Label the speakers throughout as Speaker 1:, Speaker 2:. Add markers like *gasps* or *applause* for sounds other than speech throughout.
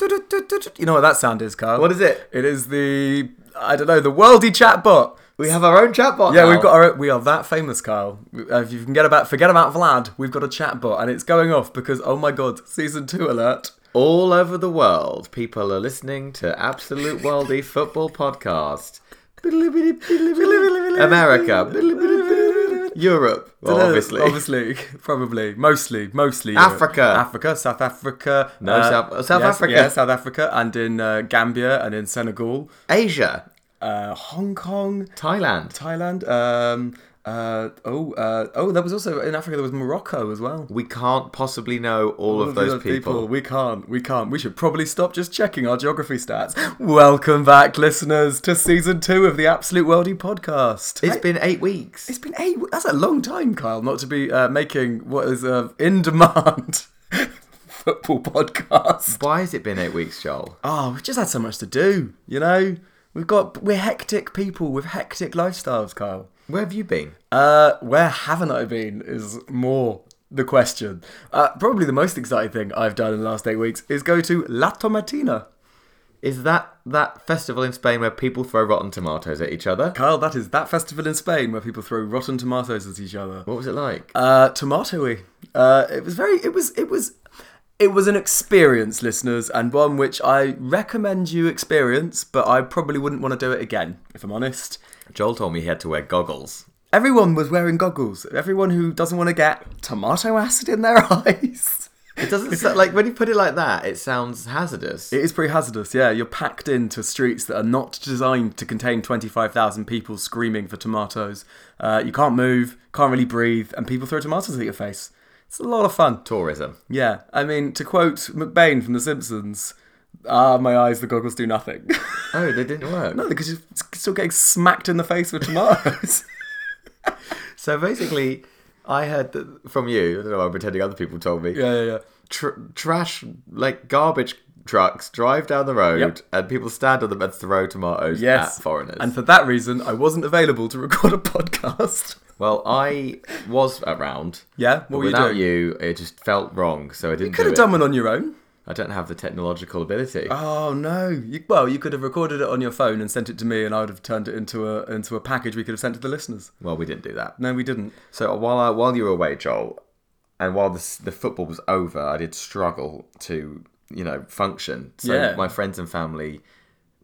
Speaker 1: You know what that sound is, Carl?
Speaker 2: What is it?
Speaker 1: It is the I don't know the worldy chatbot.
Speaker 2: We have our own chatbot.
Speaker 1: Yeah,
Speaker 2: now.
Speaker 1: we've got our, we are that famous, Kyle. Uh, If you can get about forget about Vlad, we've got a chatbot, and it's going off because oh my god, season two alert.
Speaker 2: all over the world. People are listening to Absolute Worldy Football Podcast. America, Europe, well, obviously.
Speaker 1: obviously, *laughs* probably, mostly, mostly
Speaker 2: Africa.
Speaker 1: Europe. Africa, South Africa, uh,
Speaker 2: No, South- South
Speaker 1: yes,
Speaker 2: Africa.
Speaker 1: yeah, South Africa, and in uh, Gambia and in Senegal,
Speaker 2: Asia,
Speaker 1: uh, Hong Kong,
Speaker 2: Thailand.
Speaker 1: Thailand. Um, uh, oh, uh, oh, there was also in Africa there was Morocco as well.
Speaker 2: We can't possibly know all,
Speaker 1: All
Speaker 2: of those people.
Speaker 1: We can't. We can't. We should probably stop just checking our geography stats. Welcome back, listeners, to season two of the Absolute Worldy podcast.
Speaker 2: It's
Speaker 1: Hey,
Speaker 2: been eight weeks.
Speaker 1: it's been eight. That's a long time, Kyle, not to be uh, making what is a in demand *laughs* football podcast.
Speaker 2: Why has it been eight weeks, Joel?
Speaker 1: Oh, we've just had so much to do. You know, we've got we're hectic people with hectic lifestyles, Kyle.
Speaker 2: Where have you been?
Speaker 1: Uh, where haven't I been is more the question. Uh, probably the most exciting thing I've done in the last eight weeks is go to La Tomatina.
Speaker 2: Is that that festival in Spain where people throw rotten tomatoes at each other?
Speaker 1: Kyle, that is that festival in Spain where people throw rotten tomatoes at each other.
Speaker 2: What was it like?
Speaker 1: Uh, tomatoey. Uh, it was very. It was. It was. It was an experience, listeners, and one which I recommend you experience, but I probably wouldn't want to do it again, if I'm honest.
Speaker 2: Joel told me he had to wear goggles.
Speaker 1: Everyone was wearing goggles. Everyone who doesn't want to get tomato acid in their *laughs* eyes.
Speaker 2: It doesn't sound like when you put it like that, it sounds hazardous.
Speaker 1: It is pretty hazardous, yeah. You're packed into streets that are not designed to contain 25,000 people screaming for tomatoes. Uh, you can't move, can't really breathe, and people throw tomatoes at your face. It's a lot of fun.
Speaker 2: Tourism.
Speaker 1: Yeah, I mean, to quote McBain from The Simpsons, ah, my eyes, the goggles do nothing. *laughs*
Speaker 2: Oh, they didn't work.
Speaker 1: no, because you're still getting smacked in the face with tomatoes.
Speaker 2: So basically, I heard that from you. I don't know. I'm pretending other people told me.
Speaker 1: yeah, yeah, yeah.
Speaker 2: Tr- trash, like garbage trucks, drive down the road,
Speaker 1: Yep.
Speaker 2: and people stand on them and throw tomatoes
Speaker 1: Yes.
Speaker 2: at foreigners.
Speaker 1: And for that reason, I wasn't available to record a *laughs* podcast.
Speaker 2: well, I was around.
Speaker 1: Yeah, what
Speaker 2: but
Speaker 1: were you
Speaker 2: without
Speaker 1: doing?
Speaker 2: you, it just felt wrong. So I didn't.
Speaker 1: Could
Speaker 2: do
Speaker 1: have
Speaker 2: it.
Speaker 1: done one on your own.
Speaker 2: I don't have the technological ability.
Speaker 1: Oh no! You, well, you could have recorded it on your phone and sent it to me, and I would have turned it into a into a package we could have sent to the listeners.
Speaker 2: well, we didn't do that.
Speaker 1: No, we didn't.
Speaker 2: So while I, while you were away, Joel, and while the s- the football was over, I did struggle to you know function. So
Speaker 1: Yeah.
Speaker 2: my friends and family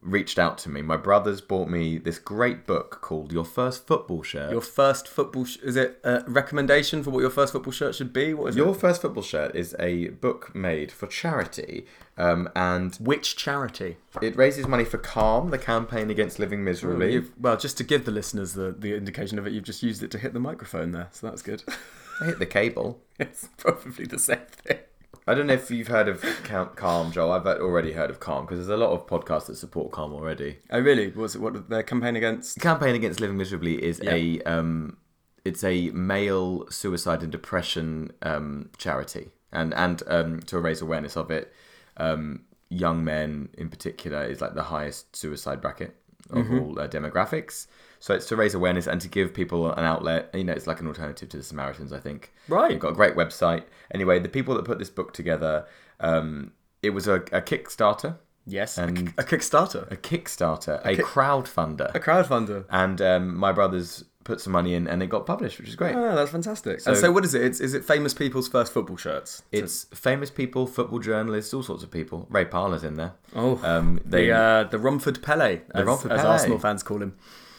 Speaker 2: reached out to me. My brothers bought me this great book called Your First Football Shirt.
Speaker 1: Your
Speaker 2: Your,
Speaker 1: first football sh- is it a recommendation for what your first football shirt should be? What is it?
Speaker 2: First Football Shirt is a book made for charity, um, and
Speaker 1: Which charity?
Speaker 2: it raises money for Calm, the campaign against living miserably.
Speaker 1: You've, well, just to give the listeners the, the indication of it, you've just used it to hit the microphone there, so that's good. *laughs*
Speaker 2: I hit the cable.
Speaker 1: it's probably the same thing.
Speaker 2: I don't know if you've heard of Count Calm, Joel. I've already heard of Calm because there's a lot of podcasts that support Calm already.
Speaker 1: Oh really? Was it what their campaign against?
Speaker 2: campaign against living miserably is a um, it's a male suicide and depression um, charity, and and um, to raise awareness of it, um, young men in particular is like the highest suicide bracket of all uh, demographics. So it's to raise awareness and to give people an outlet. You know, it's like an alternative to the Samaritans, I think.
Speaker 1: Right.
Speaker 2: They've got a great website. Anyway, the people that put this book together, um, it was a, a Kickstarter,
Speaker 1: Yes, a,
Speaker 2: And-
Speaker 1: a Kickstarter,
Speaker 2: a Kickstarter, a, crowdfunder
Speaker 1: a crowdfunder.
Speaker 2: and um, my brothers put some money in and it got published which is great
Speaker 1: Oh, that's fantastic. and so, what is it? It's, is it famous people's first football shirts?
Speaker 2: it's famous people football journalists all sorts of people ray parler's in there
Speaker 1: Oh,
Speaker 2: um, they,
Speaker 1: the uh, the Romford Pele, as,
Speaker 2: Romford
Speaker 1: as
Speaker 2: Pele.
Speaker 1: Arsenal fans call him.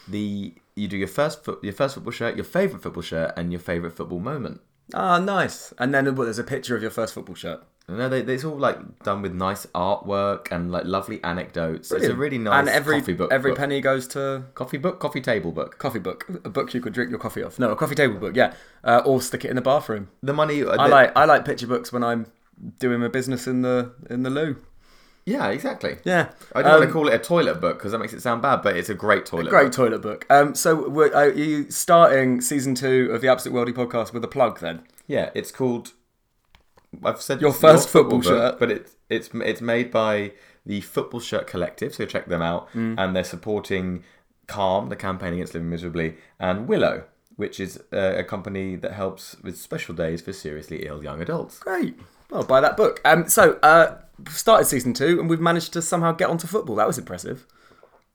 Speaker 2: the you do your first foot, your first football shirt your favorite football shirt and your favorite football moment
Speaker 1: Ah, nice. And then well, there's a picture of your first football shirt.
Speaker 2: And no, they, it's all like done with nice artwork and like lovely anecdotes. It's a
Speaker 1: Brilliant.
Speaker 2: really nice
Speaker 1: and every
Speaker 2: coffee book.
Speaker 1: every
Speaker 2: book.
Speaker 1: penny goes to
Speaker 2: coffee book, coffee table book.
Speaker 1: coffee book, a book you could drink your coffee off. No, a coffee table book. Yeah, uh, or stick it in the bathroom.
Speaker 2: The money,
Speaker 1: I like I like picture books when I'm doing my business in the in the loo.
Speaker 2: yeah, exactly.
Speaker 1: Yeah,
Speaker 2: I don't
Speaker 1: Um,
Speaker 2: want to call it a toilet book because that makes it sound bad, but it's a great toilet.
Speaker 1: Great
Speaker 2: book.
Speaker 1: toilet book. Um, so we're, are you starting season two of the Absolute Worldy podcast with a plug then?
Speaker 2: Yeah, it's called. I've said
Speaker 1: Your first football
Speaker 2: book,
Speaker 1: shirt.
Speaker 2: but it's it's it's made by the Football Shirt Collective, so check them out, and they're supporting Calm, the campaign against living miserably, and Willow, which is uh, a company that helps with special days for seriously ill young adults.
Speaker 1: Great. Well, buy that book. Um, so uh, started season two and we've managed to somehow get onto football. That was impressive.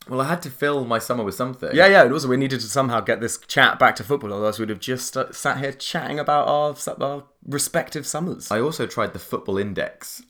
Speaker 2: Well, I had to fill my summer with something.
Speaker 1: Yeah, yeah. And also, we needed to somehow get this chat back to football, otherwise, we'd have just uh, sat here chatting about our, our respective summers.
Speaker 2: I also tried the football index.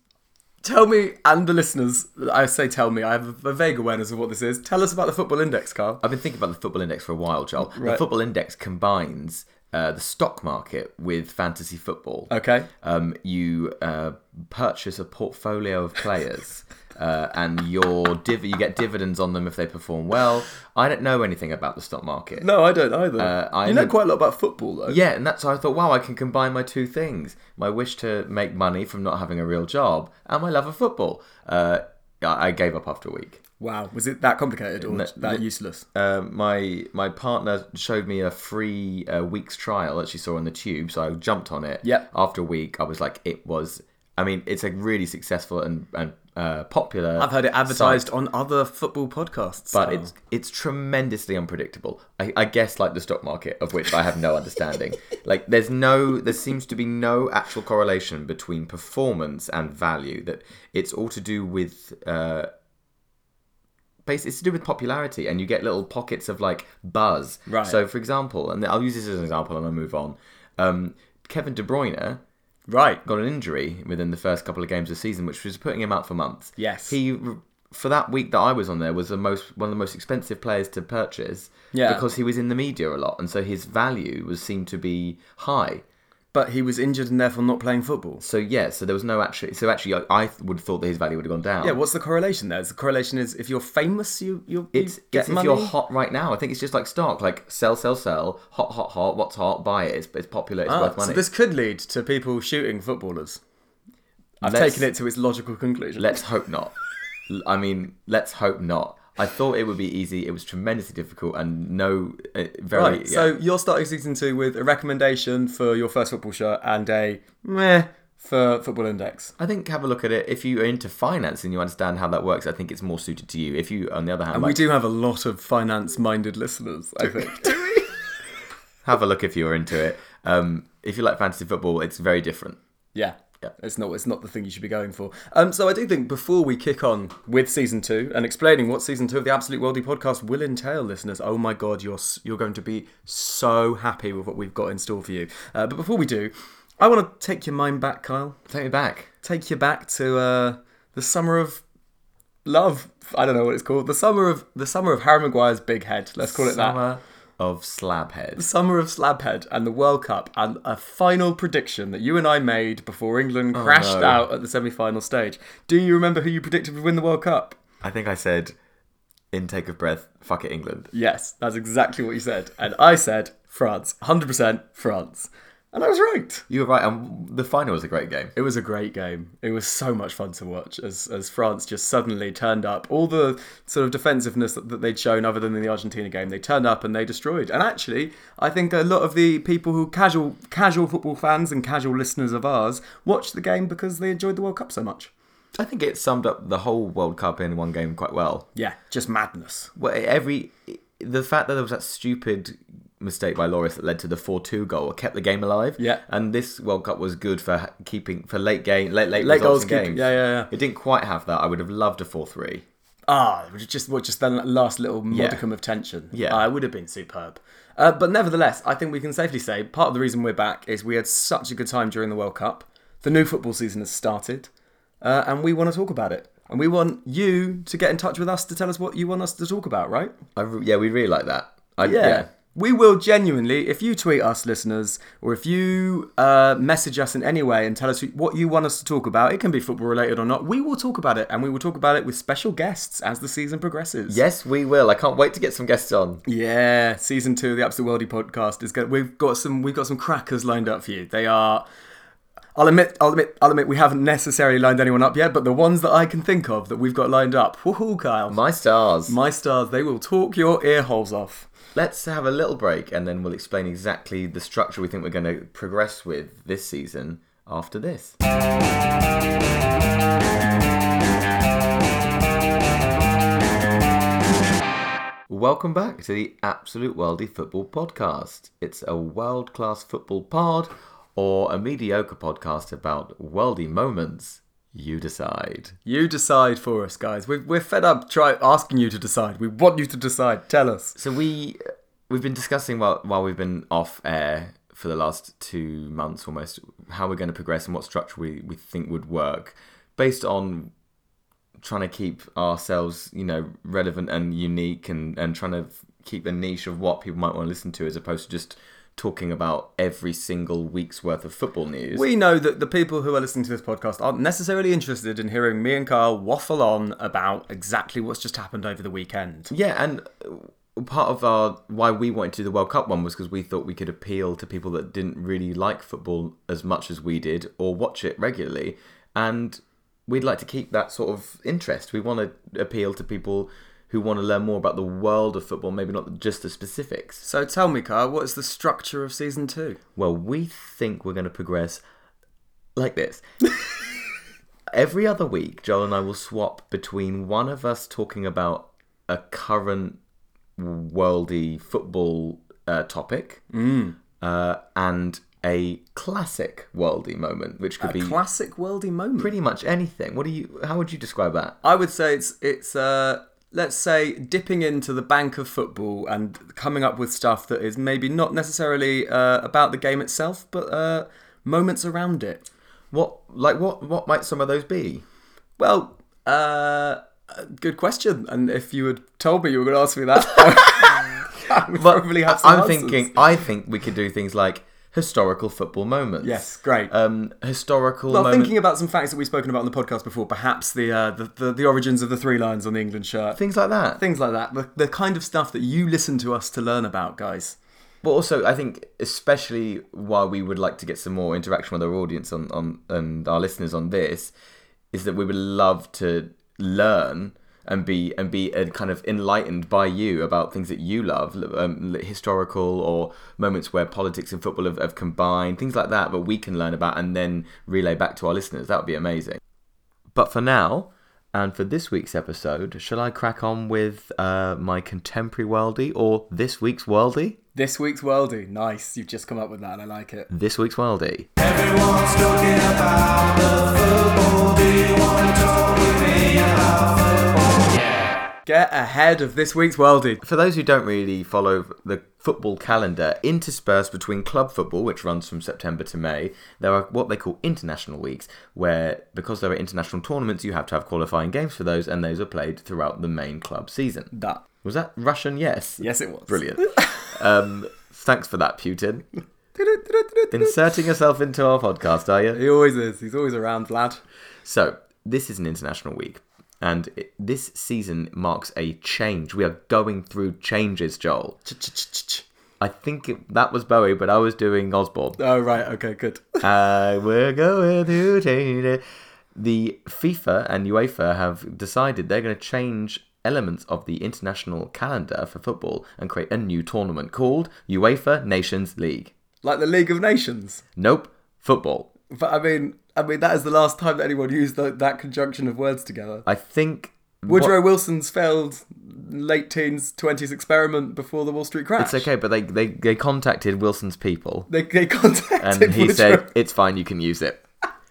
Speaker 1: Tell me and the listeners, I say tell me, I have a vague awareness of what this is. Tell us about the football index, Carl.
Speaker 2: I've been thinking about the football index for a while, Joel. The
Speaker 1: Right.
Speaker 2: football index combines uh, the stock market with fantasy football.
Speaker 1: Okay.
Speaker 2: Um, you uh, purchase a portfolio of
Speaker 1: *laughs*
Speaker 2: players, uh, and your div- you get dividends on them if they perform well. I don't know anything about the stock market.
Speaker 1: No, I don't either.
Speaker 2: Uh,
Speaker 1: you
Speaker 2: I'm
Speaker 1: know
Speaker 2: a-
Speaker 1: quite a lot about football, though.
Speaker 2: Yeah, and that's why I thought, wow, I can combine my two things: my wish to make money from not having a real job, and my love of football. Uh, I I gave up after a week.
Speaker 1: Wow. Was it that complicated or that useless?
Speaker 2: Uh, my my partner showed me a free uh, week's trial that she saw on the tube, so I jumped on it.
Speaker 1: Yep.
Speaker 2: After a week, I was like, it was. I mean, it's a really successful and and uh, popular.
Speaker 1: I've heard it advertised on other football podcasts.
Speaker 2: but
Speaker 1: Carl.
Speaker 2: it's it's tremendously unpredictable. I, I guess like the stock market, of which I have no understanding. like there's no, there seems to be no actual correlation between performance and value. That it's all to do with. Uh, basi- it's to do with popularity, and you get little pockets of like buzz.
Speaker 1: Right.
Speaker 2: So, for example, and I'll use this as an example, and I'll move on. Um, Kevin De Bruyne
Speaker 1: right.
Speaker 2: got an injury within the first couple of games of the season, which was putting him out for months.
Speaker 1: Yes.
Speaker 2: he for that week that I was on there was the most one of the most expensive players to purchase.
Speaker 1: Yeah.
Speaker 2: because he was in the media a lot, and so his value was seemed to be high.
Speaker 1: But he was injured and therefore not playing football.
Speaker 2: So yeah, so there was no actually. So actually, I, I would have thought that his value would have gone down.
Speaker 1: Yeah. What's the correlation there? The correlation is if you're famous, you you, you
Speaker 2: It's,
Speaker 1: get
Speaker 2: it's if
Speaker 1: money.
Speaker 2: you're hot right now. I think it's just like stock, like sell, sell, sell, hot, hot, hot. What's hot? Buy it. It's, it's popular. It's
Speaker 1: Ah,
Speaker 2: worth
Speaker 1: so
Speaker 2: money.
Speaker 1: this could lead to people shooting footballers. I've
Speaker 2: Let's-
Speaker 1: taken it to its logical conclusion.
Speaker 2: Let's hope not. L- I mean, let's hope not. I thought it would be easy. It was tremendously difficult and no, uh, very.
Speaker 1: Right,
Speaker 2: yeah.
Speaker 1: so you're starting season two with a recommendation for your first football shirt and a meh for Football Index.
Speaker 2: I think have a look at it. If you are into finance and you understand how that works, I think it's more suited to you. If you, on the other hand,
Speaker 1: We
Speaker 2: like,
Speaker 1: do have a lot of finance minded listeners, I think.
Speaker 2: have a look if you're into it. Um, if you like fantasy football, it's very different.
Speaker 1: Yeah.
Speaker 2: Yeah.
Speaker 1: It's not it's not the thing you should be going for. Um, so I do think before we kick on with season two and explaining what season two of the Absolute Worldly podcast will entail, listeners, oh my god, you're s- you're going to be so happy with what we've got in store for you. Uh, but before we do, I want to take your mind back, Kyle.
Speaker 2: Take me back.
Speaker 1: Take you back to uh, the summer of love. I don't know what it's called. The summer of the summer of Harry Maguire's big head. Let's call it that.
Speaker 2: Summer of Slabhead.
Speaker 1: Summer of Slabhead and the World Cup and a final prediction that you and I made before England crashed
Speaker 2: no.
Speaker 1: out at the semi-final stage. Do you remember who you predicted would win the World Cup?
Speaker 2: I think I said, intake of breath. Fuck it, England.
Speaker 1: Yes, that's exactly what you said. And I said France, 100% France. And I was right.
Speaker 2: You were right. And the final was a great game.
Speaker 1: It was a great game. It was so much fun to watch as, as France just suddenly turned up. All the sort of defensiveness that, that they'd shown, other than in the Argentina game, they turned up and they destroyed. And actually, I think a lot of the people who casual casual football fans and casual listeners of ours watched the game because they enjoyed the World Cup so much.
Speaker 2: I think it summed up the whole World Cup in one game quite well.
Speaker 1: Yeah, just madness.
Speaker 2: Well, every the fact that there was that stupid mistake by Loris that led to the four-two goal kept the game alive.
Speaker 1: Yeah.
Speaker 2: and this World Cup was good for keeping for late game, late late,
Speaker 1: Late goals
Speaker 2: results in
Speaker 1: keep-
Speaker 2: games.
Speaker 1: yeah, yeah, yeah.
Speaker 2: It didn't quite have that. I would have loved a four-three.
Speaker 1: Ah, it was just what just that last little modicum of tension.
Speaker 2: Yeah.
Speaker 1: Ah, it would have been superb. Uh, but nevertheless, I think we can safely say part of the reason we're back is we had such a good time during the World Cup. The new football season has started, uh, and we want to talk about it. And we want you to get in touch with us to tell us what you want us to talk about, right?
Speaker 2: I re- yeah, we really like that. I, yeah.
Speaker 1: We will genuinely, if you tweet us, listeners, or if you uh, message us in any way and tell us what you want us to talk about, it can be football related or not, we will talk about it and we will talk about it with special guests as the season progresses.
Speaker 2: Yes, we will. I can't wait to get some guests on.
Speaker 1: Yeah, season two of the Absolute Worldy podcast is going. We've got some. We've got some crackers lined up for you. They are. I'll admit. I'll admit. I'll admit. We haven't necessarily lined anyone up yet, but the ones that I can think of that we've got lined up. Woohoo, Kyle! My,
Speaker 2: My stars.
Speaker 1: stars, they will talk your ear holes off.
Speaker 2: Let's have a little break and then we'll explain exactly the structure we think we're going to progress with this season after this. Welcome back to the Absolute Worldy Football Podcast. It's a world class football pod or a mediocre podcast about worldy moments. You decide.
Speaker 1: You decide for us, guys. We're, we're fed up try asking you to decide. We want you to decide. Tell us.
Speaker 2: So we we've been discussing while while we've been off air for the last two months almost how we're going to progress and what structure we, we think would work based on trying to keep ourselves you know relevant and unique and and trying to f- keep a niche of what people might want to listen to as opposed to just talking about every single week's worth of football news
Speaker 1: We know that the people who are listening to this podcast aren't necessarily interested in hearing me and Carl waffle on about exactly what's just happened over the weekend.
Speaker 2: yeah and uh, part of our why we wanted to do the world cup one was because we thought we could appeal to people that didn't really like football as much as we did or watch it regularly and we'd like to keep that sort of interest we want to appeal to people who want to learn more about the world of football maybe not just the specifics
Speaker 1: So tell me, Carl, what's the structure of season two?
Speaker 2: Well, we think we're going to progress
Speaker 1: *laughs*
Speaker 2: like this. Every other week, Joel and I will swap between one of us talking about a current worldy football uh, topic
Speaker 1: Mm.
Speaker 2: uh, and a classic worldy moment, which could be
Speaker 1: Classic worldy moment.
Speaker 2: pretty much anything. What do you? How would you describe that?
Speaker 1: I would say it's it's uh let's say dipping into the bank of football and coming up with stuff that is maybe not necessarily uh, about the game itself, but uh, moments around it.
Speaker 2: What like what? What might some of
Speaker 1: *laughs*
Speaker 2: those be?
Speaker 1: Well, uh, good question. And if you had told me you were going to ask me that, I would probably have some
Speaker 2: I'm
Speaker 1: answers.
Speaker 2: thinking. I think we could do things like historical football
Speaker 1: *laughs*
Speaker 2: moments.
Speaker 1: Yes, great.
Speaker 2: Um, historical.
Speaker 1: Uh, well,
Speaker 2: moments.
Speaker 1: thinking about some facts that we've spoken about on the podcast before, perhaps the, uh, the, the the origins of the three lines on the England shirt,
Speaker 2: things like that.
Speaker 1: things like that, the, the kind of stuff that you listen to us to learn about, guys.
Speaker 2: But also, I think especially why we would like to get some more interaction with our audience on, on and our listeners on this is that we would love to learn and be and be uh, kind of enlightened by you about things that you love, l- um, l- historical or moments where politics and football have, have combined, things like that. But we can learn about and then relay back to our listeners. That would be amazing. But for now. And for this week's episode, shall I crack on with uh, my contemporary worldie or this week's worldie?
Speaker 1: This week's worldie, nice. You've just come up with that, and I like it.
Speaker 2: this week's worldie.
Speaker 3: Everyone's talking about the football. Do you want to talk with me about
Speaker 1: Get ahead of this week's worldie.
Speaker 2: For those who don't really follow the football calendar, interspersed between club football, which runs from September to May, there are what they call international weeks, where because there are international tournaments, you have to have qualifying games for those, and those are played throughout the main club season.
Speaker 1: That.
Speaker 2: Was that Russian? Yes.
Speaker 1: Yes, it was.
Speaker 2: Brilliant. um, thanks for that, Putin. Inserting yourself into our podcast, are you?
Speaker 1: He always is. He's always around, lad.
Speaker 2: So, this is an international week, and it, this season marks a change. We are going through changes, Joel. I think it, that was Bowie, but I was doing Osborne.
Speaker 1: Oh, right. Okay, good. *laughs*
Speaker 2: uh, we're going through changes. The FIFA and UEFA have decided they're going to change elements of the international calendar for football and create a new tournament called UEFA Nations League.
Speaker 1: Like the League of Nations.
Speaker 2: Nope, football.
Speaker 1: But I mean, I mean that is the last time that anyone used tho- that conjunction of words together.
Speaker 2: I think
Speaker 1: Woodrow Wilson's failed late teens, 20s experiment before the Wall Street crash.
Speaker 2: it's okay, but they, they, they contacted Wilson's people
Speaker 1: They, they *laughs* contacted
Speaker 2: and he
Speaker 1: Woodrow.
Speaker 2: said it's fine you can use it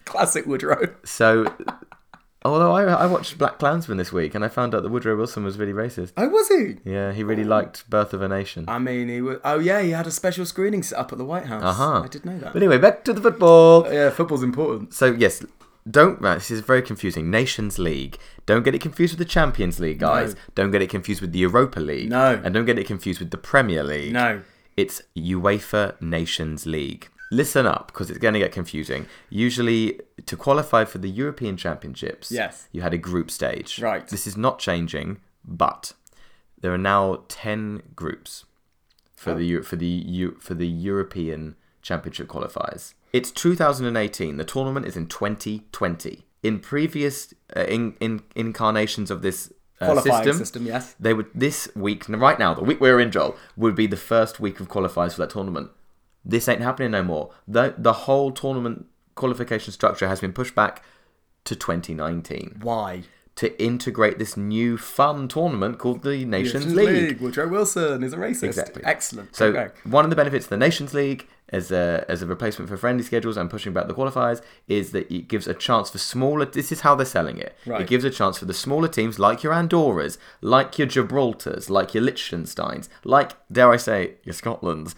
Speaker 1: Classic Woodrow.
Speaker 2: so although I, I watched black klansman this week and i found out that woodrow wilson was really racist
Speaker 1: Oh, was he?
Speaker 2: yeah he really liked birth of a nation
Speaker 1: I mean, he was. Oh, yeah, he had a special screening set up at the White House.
Speaker 2: uh-huh
Speaker 1: I did know that.
Speaker 2: but anyway back to the football
Speaker 1: yeah, football's important.
Speaker 2: so yes don't right, this is very confusing nations league don't get it confused with the champions league guys don't get it confused with the europa league
Speaker 1: No.
Speaker 2: and don't get it confused with the premier league
Speaker 1: No.
Speaker 2: It's UEFA Nations League. Listen up, because it's going to get confusing. Usually, to qualify for the European Championships,
Speaker 1: Yes.
Speaker 2: you had a group stage.
Speaker 1: Right.
Speaker 2: This is not changing, but there are now ten groups for the Eu- for the Eu- for the European Championship qualifiers. It's 2018. The tournament is in 2020. In previous uh, in, in incarnations of this uh,
Speaker 1: Qualifying
Speaker 2: system,
Speaker 1: system, yes.
Speaker 2: they would this week right now the week we're in joel would be the first week of qualifiers for that tournament this ain't happening no more the, the whole tournament qualification structure has been pushed back to 2019
Speaker 1: Why?
Speaker 2: to integrate this new fun tournament called the Nations League.
Speaker 1: League. Woodrow Wilson is a racist.
Speaker 2: Exactly.
Speaker 1: Excellent.
Speaker 2: So
Speaker 1: Okay.
Speaker 2: one of the benefits of the Nations League as a as a replacement for friendly schedules and pushing back the qualifiers is that it gives a chance for smaller. This is how they're selling it.
Speaker 1: Right.
Speaker 2: It gives a chance for the smaller teams like your Andorras, like your Gibraltars, like your Liechtensteins, like dare I say your Scotlands.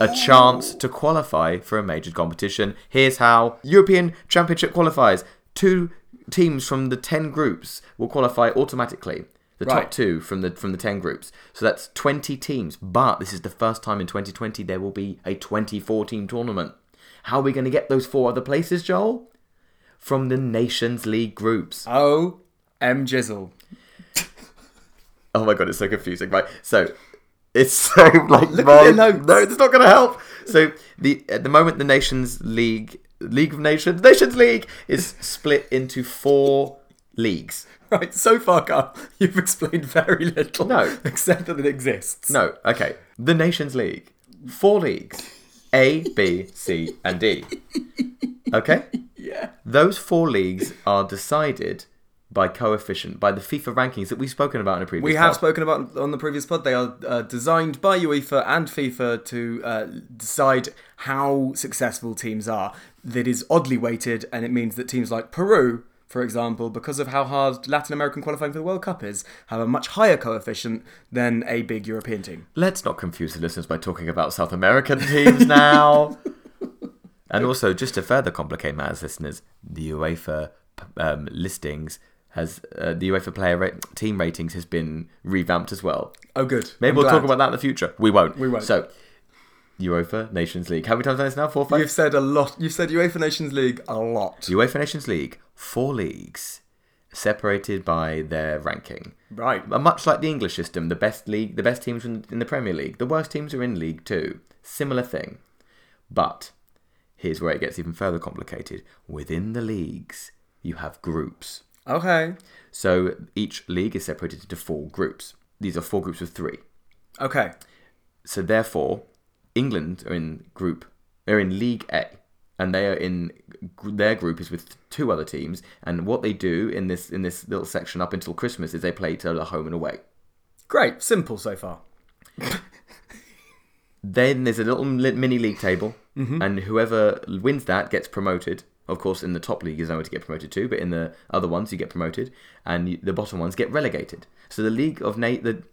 Speaker 2: A chance to qualify for a major competition. Here's how European Championship qualifiers. Two teams from the 10 groups will qualify automatically. The
Speaker 1: Right.
Speaker 2: top two from the from the 10 groups. So that's 20 teams, but this is the first time in 2020 there will be a 24 team tournament. How are we going to get those four other places, Joel? From the Nations League groups.
Speaker 1: O M Jizzle. *laughs*
Speaker 2: Oh my god, it's so confusing. Right. So it's *laughs* so like Look
Speaker 1: at the
Speaker 2: no,
Speaker 1: notes.
Speaker 2: no, it's not going to help. So the at the moment the Nations League League of Nations *laughs* Nations League is split into four leagues.
Speaker 1: Right, so far, Carl, you've explained very little.
Speaker 2: No.
Speaker 1: *laughs* Except that it exists.
Speaker 2: No, okay. The Nations League. Four leagues. A, B, C, and D. Okay?
Speaker 1: Yeah.
Speaker 2: Those four leagues are decided by coefficient, by the FIFA rankings that we've spoken about in a previous
Speaker 1: We have
Speaker 2: pod.
Speaker 1: spoken about on the previous pod. They are uh, designed by UEFA and FIFA to uh, decide how successful teams are. That is oddly weighted, and it means that teams like Peru, for example, because of how hard Latin American qualifying for the World Cup is, have a much higher coefficient than a big European team.
Speaker 2: Let's not confuse the listeners by talking about South American
Speaker 1: *laughs*
Speaker 2: teams now. and also, just to further complicate matters, listeners, the UEFA um, listings has uh, the UEFA player ra- team ratings has been revamped as well.
Speaker 1: Oh, good.
Speaker 2: Maybe
Speaker 1: I'm
Speaker 2: we'll
Speaker 1: glad.
Speaker 2: talk about that in the future. We won't. We
Speaker 1: won't.
Speaker 2: So, UEFA Nations League. How many times have I said this now? Four, five.
Speaker 1: You've said a lot. You've said UEFA Nations League a lot.
Speaker 2: UEFA Nations League. Four leagues, separated by their ranking.
Speaker 1: Right.
Speaker 2: Uh, Much like the English system, the best league, the best teams in in the Premier League, the worst teams are in League Two. Similar thing, but here's where it gets even further complicated. Within the leagues, you have groups.
Speaker 1: Okay.
Speaker 2: So each league is separated into four groups. These are four groups of three.
Speaker 1: Okay.
Speaker 2: So therefore, England are in group. They're in League A, and they are in their group is with two other teams. And what they do in this in this little section up until Christmas is they play each other home and away.
Speaker 1: Great. Simple so far.
Speaker 2: Then there's a little li- mini league table, and whoever wins that gets promoted. Of course, in the top league, there's nowhere to get promoted to, but in the other ones, you get promoted, and you, the bottom ones get relegated. So the league of Na- the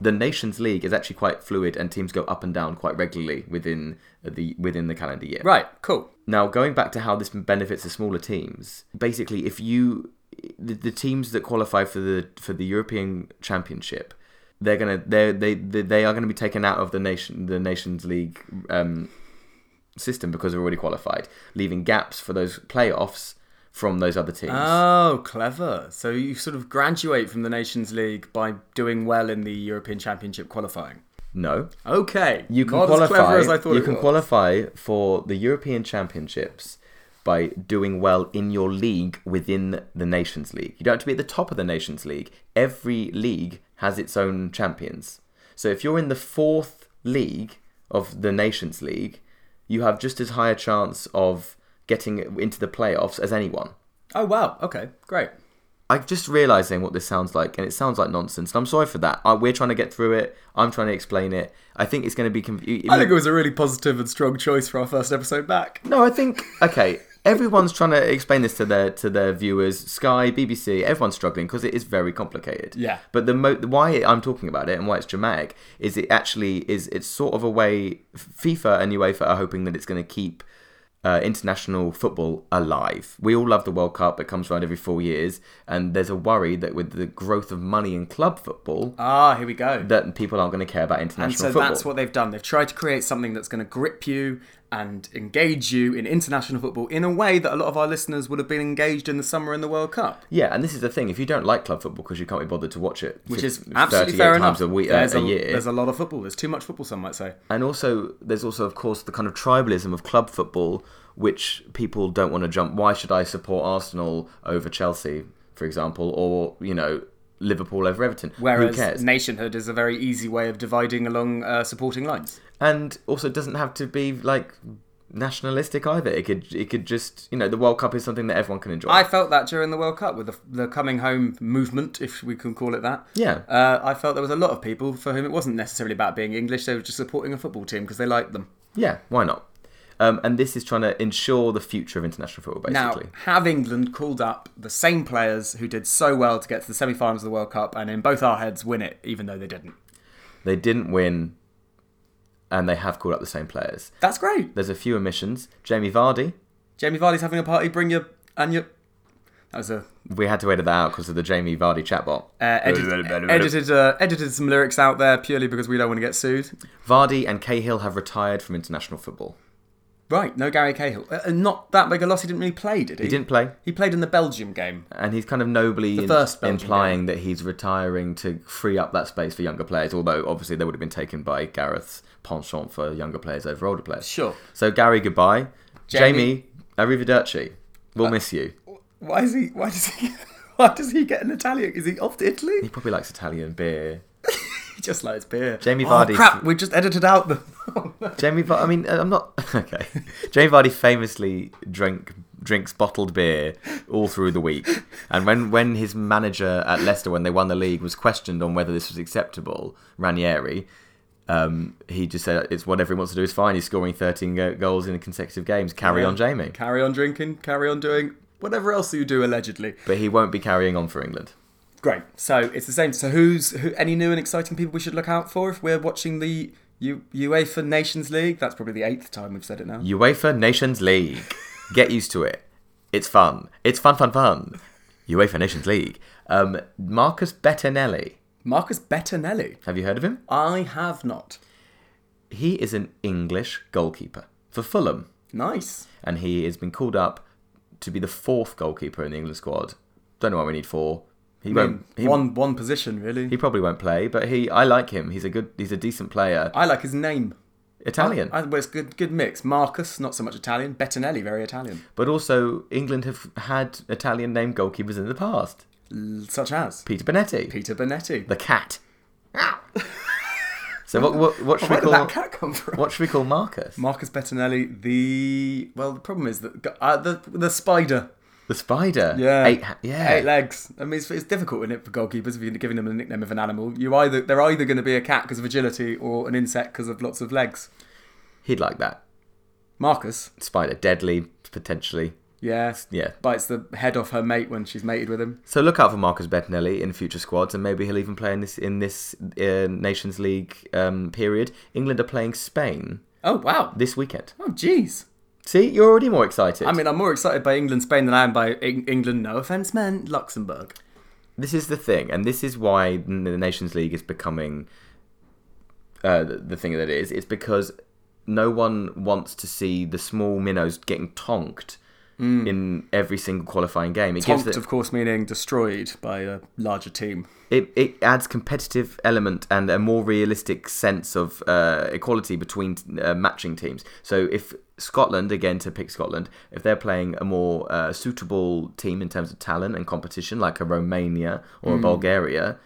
Speaker 2: the Nations League is actually quite fluid, and teams go up and down quite regularly within the within the calendar year.
Speaker 1: Right. Cool.
Speaker 2: Now, going back to how this benefits the smaller teams, basically, if you the, the teams that qualify for the for the European Championship, they're gonna they they they they are gonna be taken out of the nation the Nations League um, system because they're already qualified, leaving gaps for those playoffs from those other teams.
Speaker 1: Oh, clever. So you sort of graduate from the Nations League by doing well in the European Championship qualifying.
Speaker 2: no,
Speaker 1: Okay.
Speaker 2: you can
Speaker 1: Not
Speaker 2: qualify.
Speaker 1: as clever as I thought
Speaker 2: you
Speaker 1: it
Speaker 2: can
Speaker 1: was.
Speaker 2: qualify for the European Championships by doing well in your league within the Nations League. You don't have to be at the top of the Nations League. Every league has its own champions. So if you're in the fourth league of the Nations League, you have just as high a chance of getting into the playoffs as anyone.
Speaker 1: Oh, wow. Okay. Great.
Speaker 2: I'm just realizing what this sounds like, and it sounds like nonsense. And I'm sorry for that. I, we're trying to get through it. I'm trying to explain it. I think it's going to be. Conf-
Speaker 1: I think it was a really positive and strong choice for our first episode back.
Speaker 2: No, I think okay. Everyone's trying to explain this to their to their viewers. Sky, BBC, everyone's struggling because it is very complicated.
Speaker 1: Yeah.
Speaker 2: But the mo- why I'm talking about it and why it's dramatic is it actually is it's sort of a way FIFA and UEFA are hoping that it's going to keep uh, international football alive. We all love the World Cup; it comes around every four years, and there's a worry that with the growth of money in club football,
Speaker 1: Ah, here we go.
Speaker 2: that people aren't going to care about international
Speaker 1: and so
Speaker 2: football.
Speaker 1: that's what they've done. They've tried to create something that's going to grip you and engage you in international football in a way that a lot of our listeners would have been engaged in the summer in the World Cup.
Speaker 2: Yeah, and this is the thing: if you don't like club football because you can't be bothered to watch it,
Speaker 1: Which is
Speaker 2: 38
Speaker 1: absolutely fair enough.
Speaker 2: times a week, uh,
Speaker 1: there's,
Speaker 2: a, year,
Speaker 1: there's a lot of football. There's too much football, some might say.
Speaker 2: and also there's also, of course, the kind of tribalism of club football, which people don't want to jump. Why should I support Arsenal over Chelsea, for example, or you know Liverpool over Everton? Who
Speaker 1: Whereas
Speaker 2: cares?
Speaker 1: nationhood is a very easy way of dividing along uh, supporting lines.
Speaker 2: and also it doesn't have to be like nationalistic either. It could it could just you know the World Cup is something that everyone can enjoy.
Speaker 1: I felt that during the World Cup with the, the coming home movement, if we can call it that.
Speaker 2: Yeah.
Speaker 1: Uh, I felt there was a lot of people for whom it wasn't necessarily about being English. They were just supporting a football team because they liked them.
Speaker 2: yeah, why not? Um, and this is trying to ensure the future of international football, basically.
Speaker 1: Now, have England called up the same players who did so well to get to the semi-finals of the World Cup and in both our heads win it, even though they didn't?
Speaker 2: They didn't win, and they have called up the same players.
Speaker 1: That's great.
Speaker 2: There's a few omissions. Jamie Vardy,
Speaker 1: Jamie Vardy's having a party. Bring your and your. That was a
Speaker 2: we had to edit that out because of the Jamie Vardy chatbot.
Speaker 1: uh, edit, edited uh, edited some lyrics out there purely because we don't want to get sued.
Speaker 2: Vardy and Cahill have retired from international football.
Speaker 1: Right, no Gary Cahill. Uh, and not that big a loss. He didn't really play, did he?
Speaker 2: He didn't play,
Speaker 1: He played in the Belgium game.
Speaker 2: and he's kind of nobly in-
Speaker 1: first Belgian
Speaker 2: implying that he's retiring to free up that space for younger players. Although obviously they would have been taken by Gareth's penchant for younger players over older players.
Speaker 1: Sure.
Speaker 2: So Gary, goodbye.
Speaker 1: Jamie- Uh,
Speaker 2: Jamie, Arrivederci. We'll miss you.
Speaker 1: Why is he? Why does he? *laughs* Why does he get an Italian? Is he off to Italy?
Speaker 2: He *laughs* probably likes Italian beer.
Speaker 1: He just likes beer.
Speaker 2: Jamie
Speaker 1: oh,
Speaker 2: Vardy-
Speaker 1: Crap, we just edited out the. *laughs*
Speaker 2: Jamie, Vardy, I mean, I'm not *laughs* okay. Jamie Vardy famously drank drinks bottled beer all through the week, and when when his manager at Leicester, when they won the league, was questioned on whether this was acceptable, Ranieri, um, he just said it's whatever he wants to do is fine. He's scoring 13 go- goals in consecutive games. Carry on, Jamie.
Speaker 1: Carry on drinking. Carry on doing whatever else you do allegedly.
Speaker 2: But he won't be carrying on for England.
Speaker 1: Great. So it's the same. So who's who? Any new and exciting people we should look out for if we're watching the U, UEFA Nations League? That's probably the eighth time we've said it now.
Speaker 2: UEFA Nations League. Get used to it. It's fun. It's fun, fun, fun. UEFA Nations League. Um, Marcus Bettinelli.
Speaker 1: Marcus Bettinelli.
Speaker 2: Have you heard of him?
Speaker 1: I have not.
Speaker 2: He is an English goalkeeper for Fulham,
Speaker 1: Nice.
Speaker 2: and he has been called up to be the fourth goalkeeper in the England squad. Don't know why we need four. He
Speaker 1: I mean,
Speaker 2: won't. He,
Speaker 1: one one position really.
Speaker 2: he probably won't play, but he. I like him. He's a good. He's a decent player.
Speaker 1: I like his name.
Speaker 2: Italian,
Speaker 1: I, well, it's good good mix. Marcus, not so much Italian. Bettinelli, very Italian.
Speaker 2: but also England have had Italian named goalkeepers in the past.
Speaker 1: L- Such as
Speaker 2: Peter Benetti,
Speaker 1: Peter Benetti.
Speaker 2: the cat. so what?
Speaker 1: *laughs*
Speaker 2: What, what should we
Speaker 1: Where did
Speaker 2: call?
Speaker 1: that cat come from?
Speaker 2: What should we call Marcus?
Speaker 1: Marcus Bettinelli, the well, the problem is that uh, the the spider.
Speaker 2: the spider.
Speaker 1: Yeah.
Speaker 2: Eight. ha- Yeah.
Speaker 1: Eight legs. I mean, it's, it's difficult, isn't it, for goalkeepers if you're giving them a nickname of an animal. You either they're either going to be a cat because of agility or an insect because of lots of legs.
Speaker 2: He'd like that
Speaker 1: Marcus,
Speaker 2: spider. Deadly potentially.
Speaker 1: yeah,
Speaker 2: Yeah.
Speaker 1: bites the head off her mate when she's mated with him.
Speaker 2: So look out for Marcus Bettinelli in future squads, and maybe he'll even play in this in this uh, Nations League um, period. England are playing Spain
Speaker 1: Oh wow!
Speaker 2: this weekend.
Speaker 1: Oh jeez.
Speaker 2: See, you're already more excited.
Speaker 1: I mean, I'm more excited by England Spain than I am by Eng- England. No offense, man. Luxembourg.
Speaker 2: this is the thing, and this is why n- the Nations League is becoming uh, the, the thing that it is. It's because no one wants to see the small minnows getting tonked in every single qualifying game. It gives
Speaker 1: Hmm. Tonked,
Speaker 2: the,
Speaker 1: of course, meaning destroyed by a larger team.
Speaker 2: it, it adds competitive element and a more realistic sense of uh, equality between uh, matching teams. So if Scotland, again to pick Scotland, if they're playing a more uh, suitable team in terms of talent and competition, like a Romania or a Bulgaria,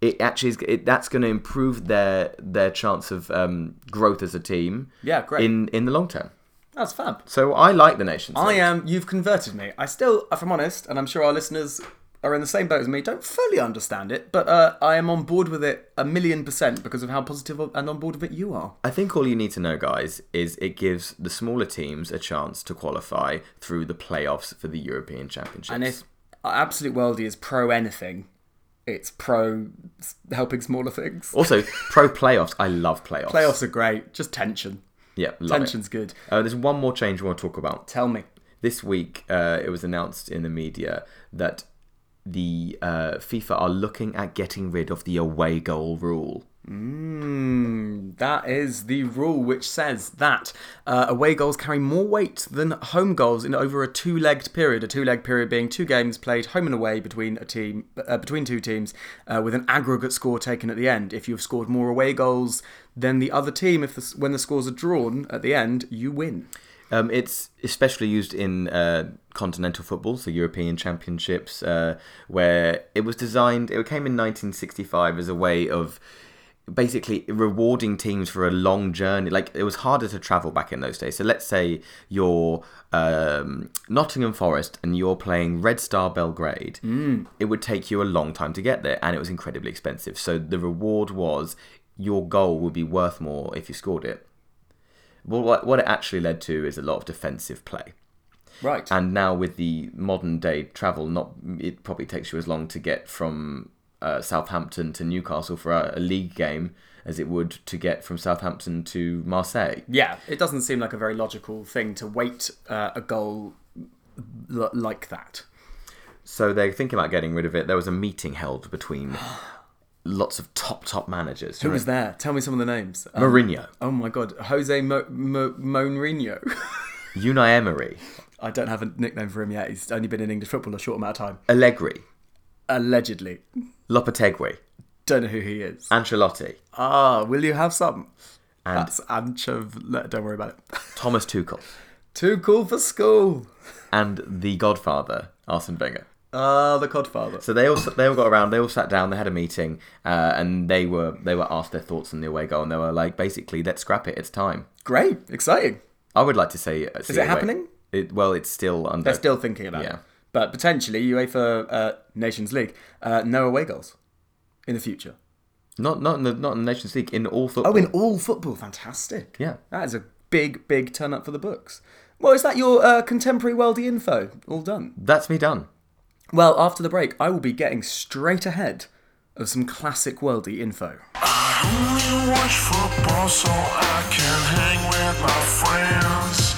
Speaker 2: it actually is, it, that's going to improve their their chance of um, growth as a team.
Speaker 1: Yeah, great.
Speaker 2: In in the long term.
Speaker 1: That's fab.
Speaker 2: So I like the nations.
Speaker 1: I
Speaker 2: League.
Speaker 1: am. You've converted me. I still, if I'm honest, and I'm sure our listeners are in the same boat as me, don't fully understand it, but uh, I am on board with it a million percent because of how positive and on board with it you are.
Speaker 2: I think all you need to know, guys, is it gives the smaller teams a chance to qualify through the playoffs for the European Championships.
Speaker 1: And if Absolute Worldie is pro anything, it's pro s- helping smaller things.
Speaker 2: also pro playoffs, I love playoffs.
Speaker 1: Playoffs are great. Just tension.
Speaker 2: yeah, love
Speaker 1: Tension's good.
Speaker 2: it. Uh, there's one more change we want to talk about.
Speaker 1: Tell me.
Speaker 2: This week, uh, it was announced in the media that the uh, FIFA are looking at getting rid of the away goal rule.
Speaker 1: That is the rule which says that uh, away goals carry more weight than home goals in over a two-legged period. A two-legged period being two games played home and away between a team uh, between two teams uh, with an aggregate score taken at the end. If you've scored more away goals than the other team, if the, when the scores are drawn at the end, you win.
Speaker 2: Um, it's especially used in uh, continental football, so European Championships, uh, where it was designed. It came in 1965 as a way of basically rewarding teams for a long journey. Like it was harder to travel back in those days. So let's say you're um, Nottingham Forest and you're playing Red Star Belgrade. It would take you a long time to get there, and it was incredibly expensive. So the reward was your goal would be worth more if you scored it. Well, what what it actually led to is a lot of defensive play.
Speaker 1: Right.
Speaker 2: And now with the modern day travel, not it probably takes you as long to get from uh, Southampton to Newcastle for a, a league game as it would to get from Southampton to Marseille.
Speaker 1: yeah, it doesn't seem like a very logical thing to wait uh, a goal l- like that.
Speaker 2: So they're thinking about getting rid of it. There was a meeting
Speaker 1: *gasps*
Speaker 2: held between lots of top top managers.
Speaker 1: Who was there? Tell me some of the names. Um,
Speaker 2: Mourinho,
Speaker 1: oh my God, Jose Mo- Mo- Mourinho. *laughs*
Speaker 2: Unai Emery,
Speaker 1: I don't have a nickname for him yet. He's only been in English football a short amount of time.
Speaker 2: Allegri,
Speaker 1: Allegedly.
Speaker 2: Lopetegui,
Speaker 1: Don't know who he is.
Speaker 2: Ancelotti,
Speaker 1: Ah, will you have some? That's anchov. no, Don't worry about it. *laughs*
Speaker 2: Thomas Tuchel,
Speaker 1: Too cool for school.
Speaker 2: and the Godfather Arsene Wenger.
Speaker 1: Ah, the Codfather.
Speaker 2: So they all they all got around. They all sat down. They had a meeting, uh, and they were they were asked their thoughts on the away goal, and they were like, basically, let's scrap it. It's time.
Speaker 1: Great, exciting.
Speaker 2: I would like to say, uh, is
Speaker 1: it happening?
Speaker 2: It, well, it's still under.
Speaker 1: They're still thinking about it.
Speaker 2: Yeah.
Speaker 1: But potentially UEFA uh, Nations League, uh, no away goals in the future.
Speaker 2: not not in the not in the Nations League in all football.
Speaker 1: Oh, in all football, fantastic.
Speaker 2: Yeah.
Speaker 1: That is a big, big turn up for the books. Well, is that your uh, contemporary worldy info? All done.
Speaker 2: That's me done.
Speaker 1: Well, after the break, I will be getting straight ahead of some classic worldy info.
Speaker 4: only watch football so I can hang with my friends.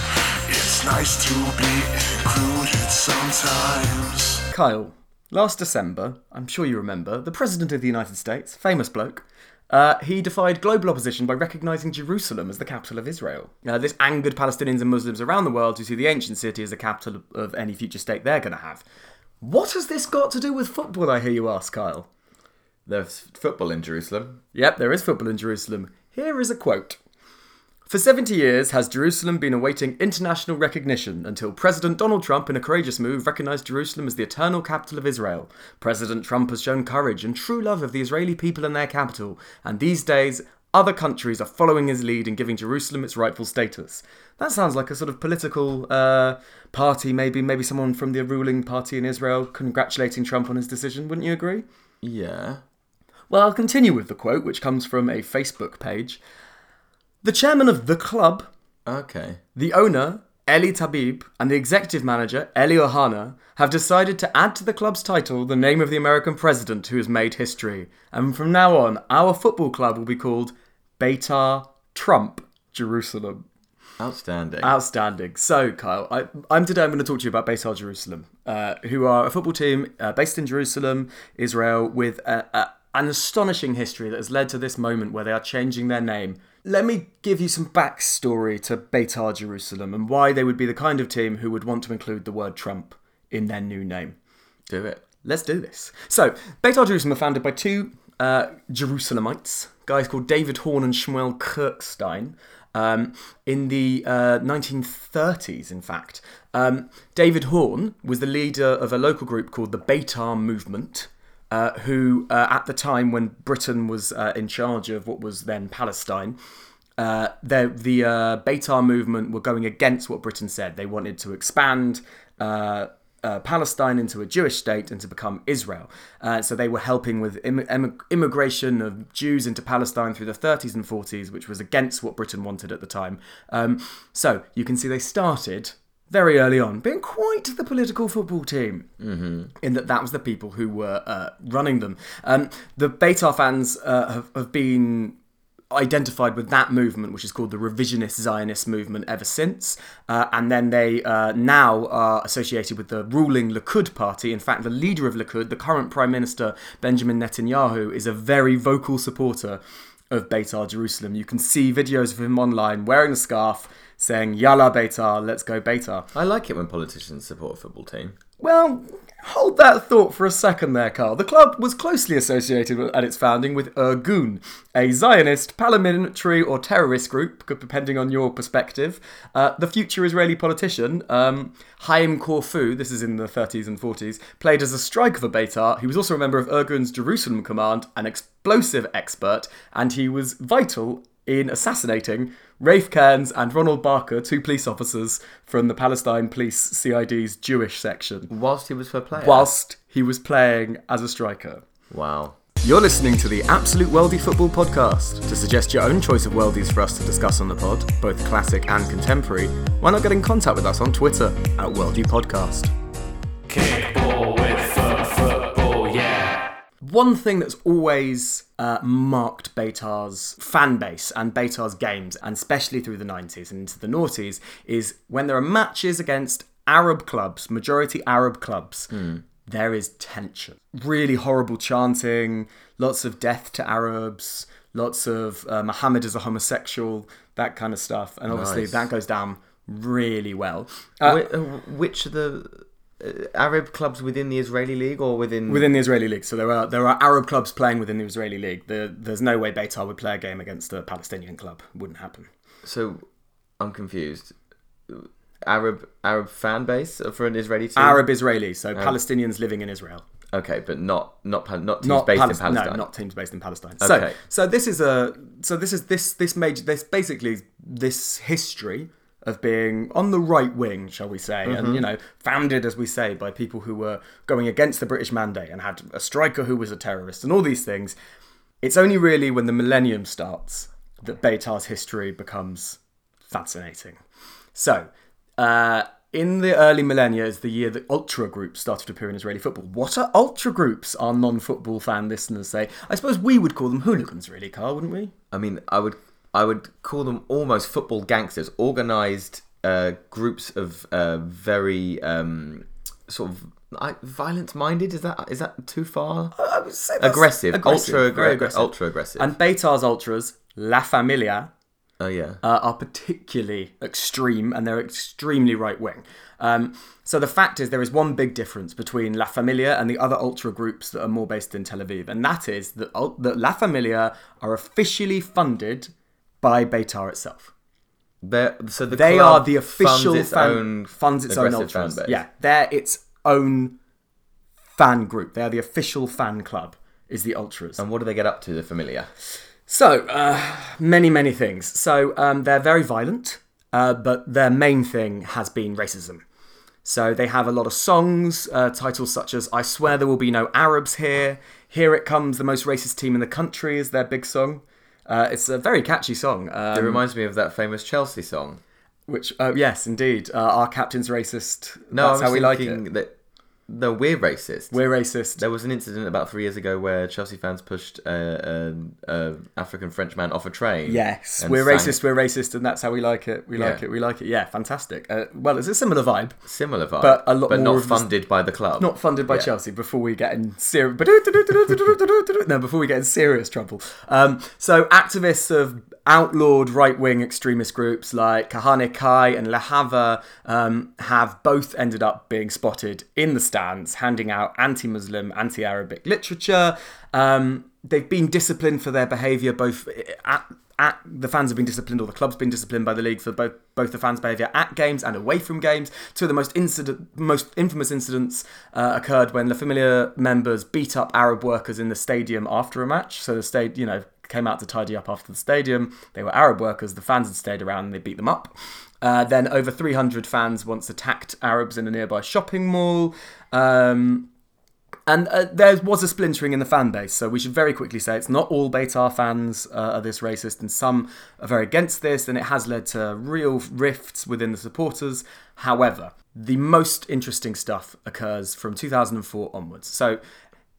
Speaker 4: It's nice to be included sometimes.
Speaker 1: Kyle, last December, I'm sure you remember, the President of the United States, famous bloke, uh, he defied global opposition by recognising Jerusalem as the capital of Israel. Uh, this angered Palestinians and Muslims around the world who see the ancient city as the capital of any future state they're going to have. What has this got to do with football, I hear you ask, Kyle?
Speaker 2: There's football in Jerusalem.
Speaker 1: Yep, there is football in Jerusalem. Here is a quote. For 70 years has Jerusalem been awaiting international recognition until President Donald Trump, in a courageous move, recognized Jerusalem as the eternal capital of Israel. President Trump has shown courage and true love of the Israeli people and their capital, and these days, other countries are following his lead and giving Jerusalem its rightful status. That sounds like a sort of political uh, party, maybe, maybe someone from the ruling party in Israel congratulating Trump on his decision, wouldn't you agree?
Speaker 2: Yeah.
Speaker 1: Well, I'll continue with the quote, which comes from a Facebook page. The chairman of the club,
Speaker 2: Okay.
Speaker 1: the owner, Eli Tabib, and the executive manager, Eli Ohana, have decided to add to the club's title the name of the American president who has made history. And from now on, our football club will be called Beitar Trump Jerusalem.
Speaker 2: Outstanding.
Speaker 1: Outstanding. So, Kyle, I, I'm today. I'm going to talk to you about Beitar Jerusalem, uh, who are a football team uh, based in Jerusalem, Israel, with a, a, an astonishing history that has led to this moment where they are changing their name. Let me give you some backstory to Beitar Jerusalem and why they would be the kind of team who would want to include the word Trump in their new name.
Speaker 2: Do it.
Speaker 1: Let's do this. So, Beitar Jerusalem were founded by two uh, Jerusalemites, guys called David Horn and Shmuel Kirkstein, um, in the uh, 1930s, in fact. Um, David Horn was the leader of a local group called the Beitar Movement. Uh, who, uh, at the time when Britain was uh, in charge of what was then Palestine, uh, the the uh, Beitar movement were going against what Britain said. They wanted to expand uh, uh, Palestine into a Jewish state and to become Israel. Uh, so they were helping with Im- em- immigration of Jews into Palestine through the 30s and 40s, which was against what Britain wanted at the time. Um, so you can see they started very early on, being quite the political football team in that that was the people who were uh, running them. Um, the Beitar fans uh, have, have been identified with that movement, which is called the revisionist Zionist movement, ever since. Uh, and then they uh, now are associated with the ruling Likud party. In fact, the leader of Likud, the current prime minister Benjamin Netanyahu, is a very vocal supporter of Beitar Jerusalem. You can see videos of him online wearing a scarf. Saying "Yalla Beitar, let's go Beitar."
Speaker 2: I like it when politicians support a football team.
Speaker 1: Well, Hold that thought for a second there, Carl. The club was closely associated with- at its founding with Ergun, a Zionist, paramilitary, or terrorist group, c- depending on your perspective. Uh, the future Israeli politician, um, Haim Korfu, this is in the 30s and 40s, played as a striker for Beitar. He was also a member of Ergun's Jerusalem command, an explosive expert, and he was vital in assassinating Rafe Cairns and Ronald Barker, two police officers from the Palestine Police CID's Jewish section
Speaker 2: Whilst he was for player.
Speaker 1: whilst he was playing as a striker.
Speaker 2: Wow.
Speaker 1: You're listening to the Absolute Worldie Football Podcast. To suggest your own choice of worldies for us to discuss on the pod, both classic and contemporary, why not get in contact with us on Twitter at Worldie Podcast?
Speaker 5: Kickball with foot, football, yeah.
Speaker 1: One thing that's always uh, marked Beitar's fan base and Beitar's games, and especially through the 90s and into the noughties, is when there are matches against Arab clubs, majority Arab clubs, there is tension. Really horrible chanting, lots of death to Arabs, lots of uh, Muhammad is a homosexual, that kind of stuff. And obviously,
Speaker 2: Nice.
Speaker 1: that goes down really well.
Speaker 2: Wh-
Speaker 1: Uh,
Speaker 2: uh, which are the uh, Arab clubs within the Israeli league or within
Speaker 1: within the Israeli league. So there are there are Arab clubs playing within the Israeli league. There, there's no way Beitar would play a game against a Palestinian club. Wouldn't happen.
Speaker 2: So I'm confused. Arab Arab fan base for an Israeli team.
Speaker 1: Arab Israeli, so Palestinians living in Israel,
Speaker 2: Okay, but not not Pal- not teams
Speaker 1: not
Speaker 2: based
Speaker 1: Palest-
Speaker 2: in Palestine.
Speaker 1: No, not teams based in Palestine.
Speaker 2: Okay.
Speaker 1: So so this is a so this is this this major this basically this history of being on the right wing, shall we say, and
Speaker 2: Mm-hmm.
Speaker 1: you know founded as we say by people who were going against the British mandate and had a striker who was a terrorist and all these things. It's only really when the millennium starts that Beitar's history becomes fascinating. So, uh, in the early millennia is the year that ultra groups started to appear in Israeli football. What are ultra groups? Our non-football fan listeners say. I suppose we would call them hooligans, really, Carl, wouldn't we?
Speaker 2: I mean, I would I would call them almost football gangsters, organized uh, groups of uh, very um, sort of I, violence minded. Is that is that too far?
Speaker 1: I would say that's
Speaker 2: aggressive, ultra
Speaker 1: very
Speaker 2: aggra- ultra aggressive.
Speaker 1: And Beitar's ultras, La Familia,
Speaker 2: oh yeah,
Speaker 1: uh, are particularly extreme and they're extremely right wing. Um, so the fact is, there is one big difference between La Familia and the other ultra groups that are more based in Tel Aviv, and that is that, ul- that La Familia are officially funded by Beitar itself.
Speaker 2: They're, so the
Speaker 1: They
Speaker 2: club
Speaker 1: are the official
Speaker 2: funds its
Speaker 1: fan,
Speaker 2: own
Speaker 1: funds its own
Speaker 2: aggressive fan
Speaker 1: ultras.
Speaker 2: base.
Speaker 1: Yeah, they're its own fan group. They are the official fan club. Is the ultras. Um,
Speaker 2: And what do they get up to? The familiar.
Speaker 1: So, uh, many, many things. So, um, they're very violent, uh, but their main thing has been racism. So, they have a lot of songs, uh, titles such as I Swear There Will Be No Arabs Here, Here It Comes, The Most Racist Team in the Country is their big song. Uh, it's a very catchy song.
Speaker 2: It
Speaker 1: Um,
Speaker 2: reminds me of that famous Chelsea song.
Speaker 1: which, uh, yes, indeed, uh, our captain's racist.
Speaker 2: No,
Speaker 1: that's
Speaker 2: I
Speaker 1: how we
Speaker 2: was
Speaker 1: like
Speaker 2: thinking
Speaker 1: it.
Speaker 2: that. No, we're racist.
Speaker 1: We're racist.
Speaker 2: There was an incident about three years ago where Chelsea fans pushed uh, an uh, African French man off a train.
Speaker 1: Yes,
Speaker 2: and
Speaker 1: we're
Speaker 2: sang
Speaker 1: racist. We're racist, and that's how we like it. We like
Speaker 2: Yeah.
Speaker 1: it. We like it. Yeah, fantastic. Uh, well, it's a similar vibe.
Speaker 2: Similar vibe,
Speaker 1: But a lot
Speaker 2: but
Speaker 1: more
Speaker 2: not
Speaker 1: of this-
Speaker 2: funded by the club.
Speaker 1: not funded by
Speaker 2: Yeah.
Speaker 1: Chelsea before we get in serious no before we get in serious trouble. Um, so activists of outlawed right-wing extremist groups like Kahane Kai and Lahava um, have both ended up being spotted in the stands handing out anti-Muslim, anti-Arabic literature. Um, they've been disciplined for their behaviour both at at the fans have been disciplined or the club's been disciplined by the league for both both the fans' behaviour at games and away from games. Two of the most incident, most infamous incidents uh, occurred when La Familia members beat up Arab workers in the stadium after a match. So the state, you know, came out to tidy up after the stadium. They were Arab workers. The fans had stayed around and they beat them up. Uh, then over 300 fans once attacked Arabs in a nearby shopping mall. Um, and uh, there was a splintering in the fan base, so we should very quickly say it's not all Beitar fans uh, are this racist, and some are very against this, and it has led to real rifts within the supporters. However, the most interesting stuff occurs from 2004 onwards. So,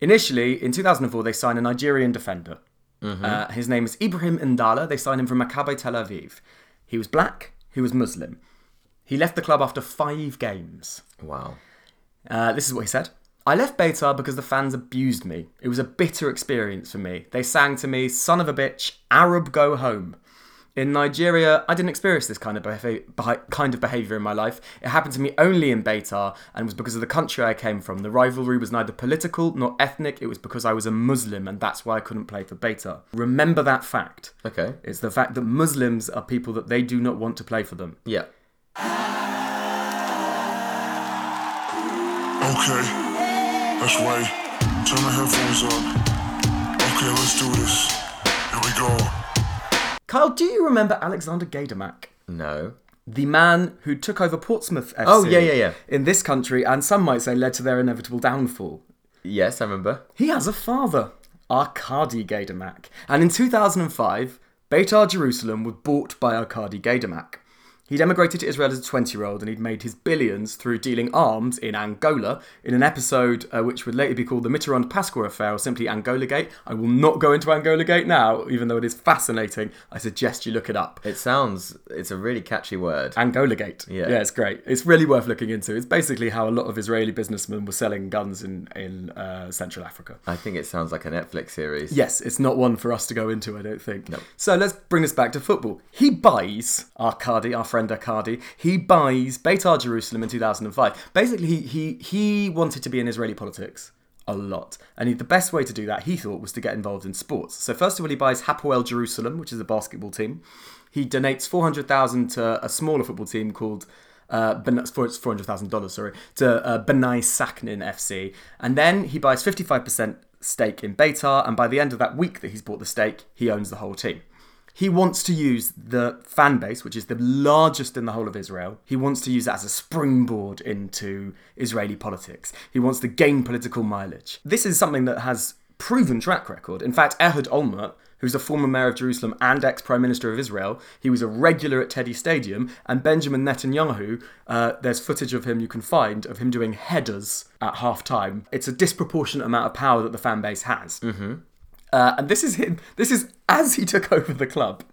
Speaker 1: initially, in 2004, they sign a Nigerian defender. Uh, his name is Ibrahim Indala. They signed him from Maccabi Tel Aviv. He was black, he was Muslim. He left the club after five games.
Speaker 2: Wow.
Speaker 1: Uh, this is what he said. I left Beitar because the fans abused me. It was a bitter experience for me. They sang to me, son of a bitch, Arab go home. In Nigeria, I didn't experience this kind of behavior, kind of behavior in my life. It happened to me only in Beitar, and was because of the country I came from. The rivalry was neither political nor ethnic. It was because I was a Muslim, and that's why I couldn't play for Beitar. Remember that fact.
Speaker 2: Okay.
Speaker 1: It's the fact that Muslims are people that they do not want to play for them.
Speaker 2: Yeah.
Speaker 4: Okay, that's right. Turn the headphones up. Okay, let's do this. Here we go.
Speaker 1: Kyle, do you remember Alexander Gaidamak?
Speaker 2: No.
Speaker 1: the man who took over Portsmouth FC.
Speaker 2: Oh, yeah, yeah, yeah.
Speaker 1: In this country, and some might say led to their inevitable downfall.
Speaker 2: Yes, I remember.
Speaker 1: He has a father, Arkady Gaidamak, and in 2005, Beitar Jerusalem was bought by Arkady Gaidamak. He'd emigrated to Israel as a 20 year old and he'd made his billions through dealing arms in Angola in an episode uh, which would later be called the Mitterrand Pasqua Affair or simply Angola Gate. I will not go into Angola Gate now, even though it is fascinating. I suggest you look it up.
Speaker 2: It sounds. It's a really catchy word.
Speaker 1: Angola Gate.
Speaker 2: Yeah.
Speaker 1: it's great. It's really worth looking into. It's basically how a lot of Israeli businessmen were selling guns in in uh, Central Africa.
Speaker 2: I think it sounds like a Netflix series.
Speaker 1: Yes, it's not one for us to go into, I don't think. No. So let's bring this back to football. He buys Arkady, our friend Arkady. He buys Beitar Jerusalem in 2005. Basically, he he, he wanted to be in Israeli politics a lot, and he, the best way to do that, he thought, was to get involved in sports. So first of all, he buys Hapoel Jerusalem, which is a basketball team. He donates 400,000 to a smaller football team called uh, ben- for it's four hundred thousand dollars, sorry, to uh, Benai Saknin FC, and then he buys fifty five percent stake in Beitar, and by the end of that week that he's bought the stake, he owns the whole team. He wants to use the fan base, which is the largest in the whole of Israel. He wants to use that as a springboard into Israeli politics. He wants to gain political mileage. This is something that has proven track record. In fact, Ehud Olmert, who's a former mayor of Jerusalem and ex prime minister of Israel. He was a regular at Teddy Stadium, and Benjamin Netanyahu. Uh, there's footage of him you can find of him doing headers at half time. It's a disproportionate amount of power that the fan base has, mm-hmm. uh, and this is him. This is as he took over the club.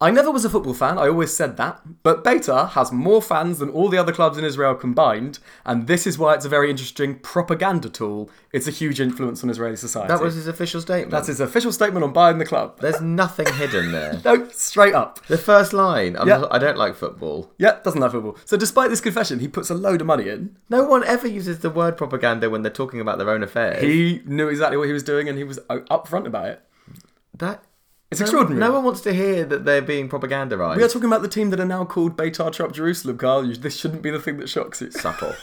Speaker 1: I never was a football fan, I always said that, but Beta has more fans than all the other clubs in Israel combined, and this is why it's a very interesting propaganda tool. It's a huge influence on Israeli society.
Speaker 2: That was his official statement.
Speaker 1: That's his official statement on buying the club.
Speaker 2: There's nothing hidden there.
Speaker 1: No, straight up.
Speaker 2: The first line. I'm
Speaker 1: Yeah.
Speaker 2: not- I don't like football.
Speaker 1: Yeah, doesn't like football. So despite this confession, he puts a load of money in.
Speaker 2: No one ever uses the word propaganda when they're talking about their own affairs.
Speaker 1: He knew exactly what he was doing and he was o- upfront about it.
Speaker 2: that
Speaker 1: It's
Speaker 2: no,
Speaker 1: extraordinary.
Speaker 2: No one wants to hear that they're being propagandized.
Speaker 1: we are talking about the team that are now called Beitar Trop Jerusalem, Carl. You- This shouldn't be the thing that shocks
Speaker 2: *laughs*
Speaker 1: you.
Speaker 2: subtle.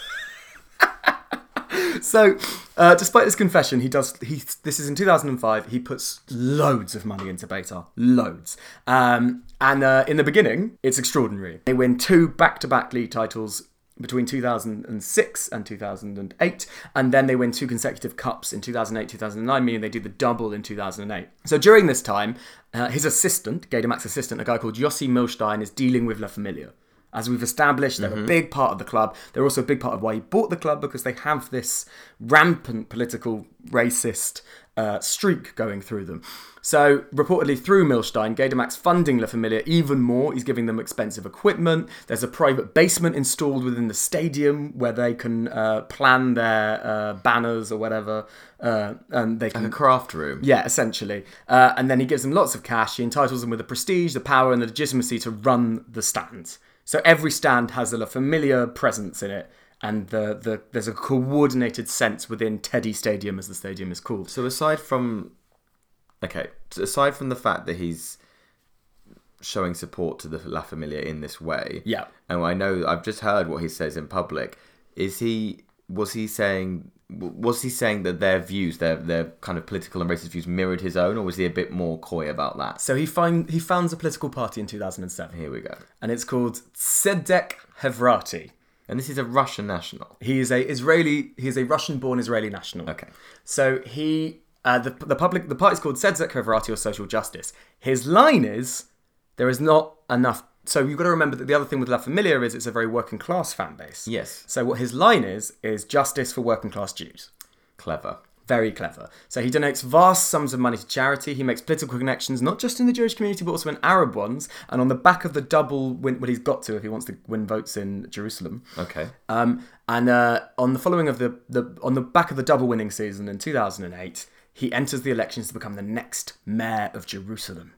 Speaker 1: So, uh, despite this confession, he does. He this is in 2005. He puts loads of money into Beta, loads. Um, and uh, in the beginning, it's extraordinary. They win two back-to-back league titles between 2006 and 2008, and then they win two consecutive cups in 2008, 2009, meaning they do the double in 2008. So during this time, uh, his assistant, Gatormax's assistant, a guy called Yossi Milstein, is dealing with La Familia. As we've established, they're a big part of the club. They're also a big part of why he bought the club because they have this rampant political racist uh, streak going through them. So, reportedly through Milstein, Gatormax funding La Familia even more. He's giving them expensive equipment. There's a private basement installed within the stadium where they can uh, plan their uh, banners or whatever, uh, and they can
Speaker 2: The craft room.
Speaker 1: yeah, essentially. Uh, and then he gives them lots of cash. He entitles them with the prestige, the power, and the legitimacy to run the stands. So every stand has a familiar presence in it, and the, the there's a coordinated sense within Teddy Stadium, as the stadium is called.
Speaker 2: So aside from, okay, so aside from the fact that he's showing support to the La Familia in this way,
Speaker 1: Yeah.
Speaker 2: and I know I've just heard what he says in public. Is he? Was he saying? Was he saying that their views, their their kind of political and racist views, mirrored his own, or was he a bit more coy about that?
Speaker 1: So he find he founds a political party in 2007,
Speaker 2: Here we go.
Speaker 1: and it's called Tzedek Hevrati.
Speaker 2: And this is a Russian national.
Speaker 1: He is a Israeli. He is a Russian-born Israeli national.
Speaker 2: Okay.
Speaker 1: So he, uh, the the public, the party's called Sedzek Kovarati or Social Justice. His line is, there is not enough. So you've got to remember that the other thing with La Familia is it's a very working-class fan base.
Speaker 2: Yes.
Speaker 1: So what his line is is justice for working-class Jews.
Speaker 2: Clever.
Speaker 1: Very clever. So he donates vast sums of money to charity. He makes political connections, not just in the Jewish community, but also in Arab ones. And on the back of the double win, well, he's got to if he wants to win votes in Jerusalem.
Speaker 2: Okay.
Speaker 1: Um, and uh, on the following of the, the on the back of the double winning season in 2008, he enters the elections to become the next mayor of Jerusalem.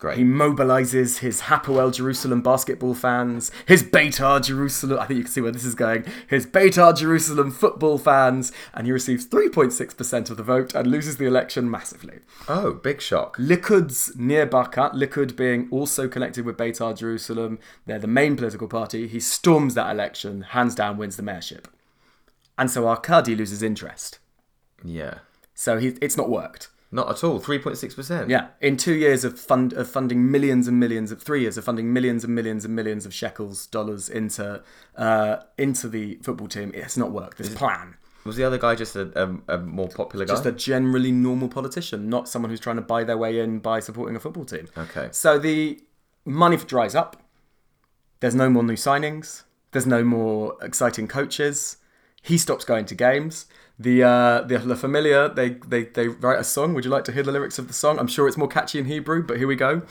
Speaker 2: Great.
Speaker 1: He mobilizes his Hapoel Jerusalem basketball fans, his Beitar Jerusalem, I think you can see where this is going, his Beitar Jerusalem football fans, and he receives 3.6% of the vote and loses the election massively.
Speaker 2: oh, big
Speaker 1: Mm.
Speaker 2: shock.
Speaker 1: Likud's near Bakat, Likud being also connected with Beitar Jerusalem, they're the main political party. He storms that election, hands down wins the mayorship. And so Arkady loses interest.
Speaker 2: Yeah.
Speaker 1: So he, it's not worked.
Speaker 2: Not at all. 3.6%.
Speaker 1: Yeah, in two years of fund of funding millions and millions of three years of funding millions and millions and millions of shekels dollars into uh, into the football team, it's not worked. This plan,
Speaker 2: Was the other guy just a, a, a more popular guy?
Speaker 1: just a generally normal politician, not someone who's trying to buy their way in by supporting a football team.
Speaker 2: Okay.
Speaker 1: So the money dries up. There's no more new signings. There's no more exciting coaches. He stops going to games. The uh, the La Familia they, they they write a song. Would you like to hear the lyrics of the song? I'm sure it's more catchy in Hebrew, but here we go.